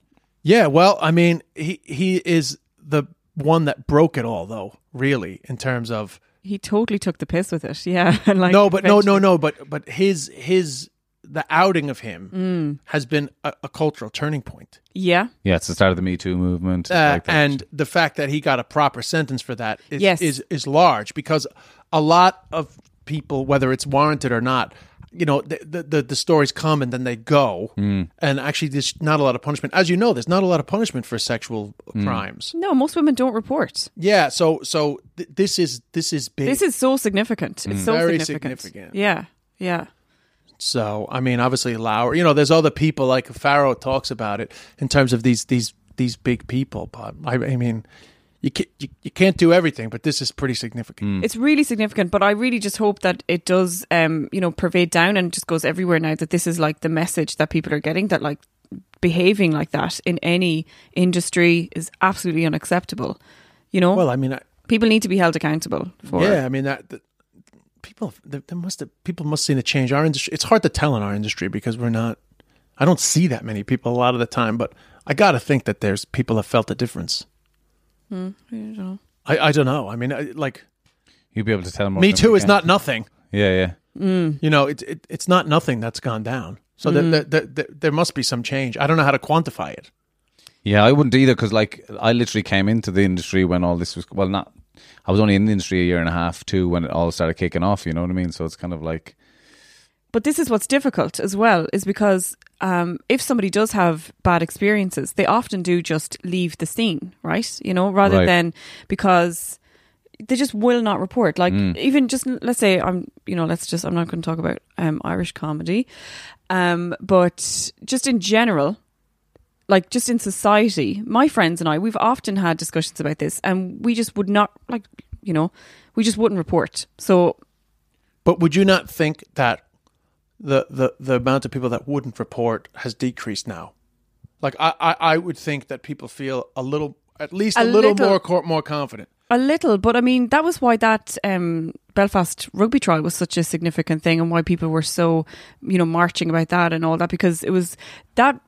[SPEAKER 1] yeah, well, I mean, he he is the one that broke it all though, really, in terms of
[SPEAKER 2] He totally took the piss with it. Yeah. And like
[SPEAKER 1] no, but no, no,
[SPEAKER 2] eventually-
[SPEAKER 1] no, but but his his the outing of him
[SPEAKER 2] Mm.
[SPEAKER 1] has been a, a cultural turning point.
[SPEAKER 2] Yeah.
[SPEAKER 3] Yeah, it's the start of the Me Too movement.
[SPEAKER 1] Uh,
[SPEAKER 3] like that.
[SPEAKER 1] and the fact that he got a proper sentence for that is,
[SPEAKER 2] Yes.
[SPEAKER 1] is is large because a lot of people, whether it's warranted or not, you know, the the, the, the stories come and then they go,
[SPEAKER 3] Mm.
[SPEAKER 1] and actually, there's not a lot of punishment. As you know, there's not a lot of punishment for sexual
[SPEAKER 3] Mm.
[SPEAKER 1] crimes.
[SPEAKER 2] No, most women don't report.
[SPEAKER 1] Yeah, so so th- this is this is big.
[SPEAKER 2] This is so significant. It's so
[SPEAKER 1] Very
[SPEAKER 2] significant.
[SPEAKER 1] significant.
[SPEAKER 2] Yeah. Yeah.
[SPEAKER 1] So I mean, obviously Lauer. You know, there's other people like Farrow talks about it in terms of these these these big people. But I, I mean, you can't you, you can't do everything, but this is pretty significant.
[SPEAKER 2] It's really significant, but I really just hope that it does, um, you know, pervade down and just goes everywhere now. That this is like the message that people are getting that like behaving like that in any industry is absolutely unacceptable. You know,
[SPEAKER 1] Well, I mean, I,
[SPEAKER 2] people need to be held accountable for.
[SPEAKER 1] yeah, I mean that. that people there there must have people must seen a change. Our industry. It's hard to tell in our industry because we're not. I don't see that many people a lot of the time, but I got to think that there's people have felt a difference. I, I don't know. I mean, I, like
[SPEAKER 3] you'll be able to tell him.
[SPEAKER 1] Me Too is not nothing.
[SPEAKER 3] Yeah, yeah.
[SPEAKER 1] you know, it, it, it's not nothing that's gone down. So there, there, there, there must be some change. I don't know how to quantify it.
[SPEAKER 3] Yeah, I wouldn't either because like I literally came into the industry when all this was well, not I was only in the industry a year and a half too when it all started kicking off. You know what I mean? So it's kind of like
[SPEAKER 2] But this is what's difficult as well, is because um, if somebody does have bad experiences, they often do just leave the scene, right? You know, rather
[SPEAKER 3] Right.
[SPEAKER 2] than because they just will not report. Like even just let's say I'm, you know, let's just I'm not going to talk about um, Irish comedy, um, but just in general, like just in society, my friends and I, we've often had discussions about this, and we just would not like, you know, we just wouldn't report. So
[SPEAKER 1] But would you not think that the, the, the amount of people that wouldn't report has decreased now? Like, I, I, I would think that people feel a little, at least a,
[SPEAKER 2] A
[SPEAKER 1] little,
[SPEAKER 2] little.
[SPEAKER 1] more cor- more confident.
[SPEAKER 2] A little, but I mean that was why that um, Belfast rugby trial was such a significant thing, and why people were so, you know, marching about that and all that because it was that.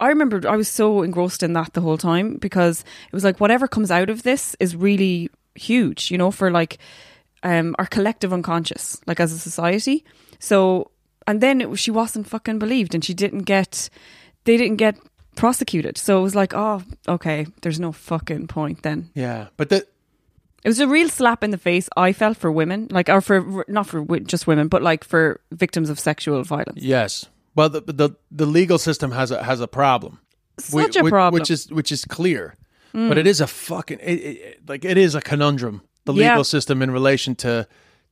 [SPEAKER 2] I remember I was so engrossed in that the whole time because it was like whatever comes out of this is really huge, you know, for like um, our collective unconscious, like as a society. So, and then it, was- she wasn't fucking believed, and she didn't get, they didn't get prosecuted. So it was like, oh, okay, there's no fucking point then.
[SPEAKER 1] Yeah. But that,
[SPEAKER 2] It was a real slap in the face I felt for women, like or for not for wi- just women, but like for victims of sexual violence.
[SPEAKER 1] yes. Well, the, the, the legal system has a, has a problem. Whi-
[SPEAKER 2] Such a
[SPEAKER 1] which-
[SPEAKER 2] problem. Mm.
[SPEAKER 1] Which is, which is clear. But it is a fucking, it, it, it- like, it is a conundrum, the
[SPEAKER 2] Yeah.
[SPEAKER 1] legal system in relation to,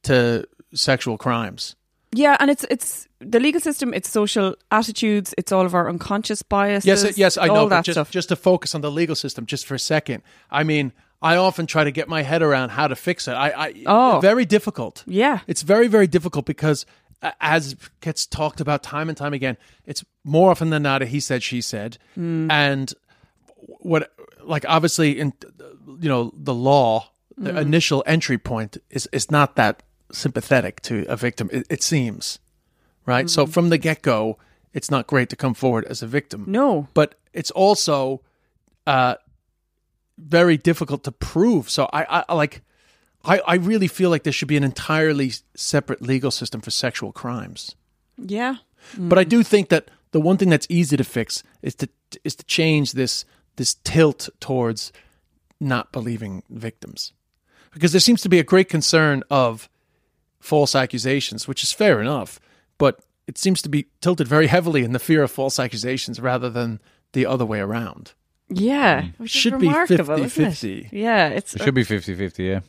[SPEAKER 1] to sexual crimes.
[SPEAKER 2] yeah, and it's it's the legal system, it's social attitudes, it's all of our unconscious biases.
[SPEAKER 1] Yes, uh, yes, I
[SPEAKER 2] all
[SPEAKER 1] know. but
[SPEAKER 2] that
[SPEAKER 1] just,
[SPEAKER 2] stuff.
[SPEAKER 1] just to focus on the legal system, just for a second. I mean, I often try to get my head around how to fix it. I, I
[SPEAKER 2] Oh.
[SPEAKER 1] very difficult.
[SPEAKER 2] yeah,
[SPEAKER 1] It's very, very difficult because, uh, as gets talked about time and time again, it's more often than not a he said, she said,
[SPEAKER 2] Hmm.
[SPEAKER 1] and what, like, obviously, in you know, the law, the
[SPEAKER 2] Hmm.
[SPEAKER 1] initial entry point is is not that sympathetic to a victim. It, it seems, right? So
[SPEAKER 2] Hmm.
[SPEAKER 1] from the get go, it's not great to come forward as a victim
[SPEAKER 2] no,
[SPEAKER 1] but it's also uh, very difficult to prove. So I, I- I like, I, I really feel like there should be an entirely separate legal system for sexual crimes.
[SPEAKER 2] yeah,
[SPEAKER 1] But I do think that the one thing that's easy to fix is to is to change this this tilt towards not believing victims, because there seems to be a great concern of false accusations, which is fair enough, but it seems to be tilted very heavily in the fear of false accusations rather than the other way around.
[SPEAKER 2] yeah. Which is
[SPEAKER 1] Mm. Should be
[SPEAKER 2] remarkable, isn't it?
[SPEAKER 1] 50-50.
[SPEAKER 2] Yeah, it's uh,
[SPEAKER 3] it should be 50-50, Yeah.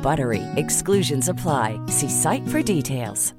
[SPEAKER 4] BUTTERY. Exclusions apply. See site for details.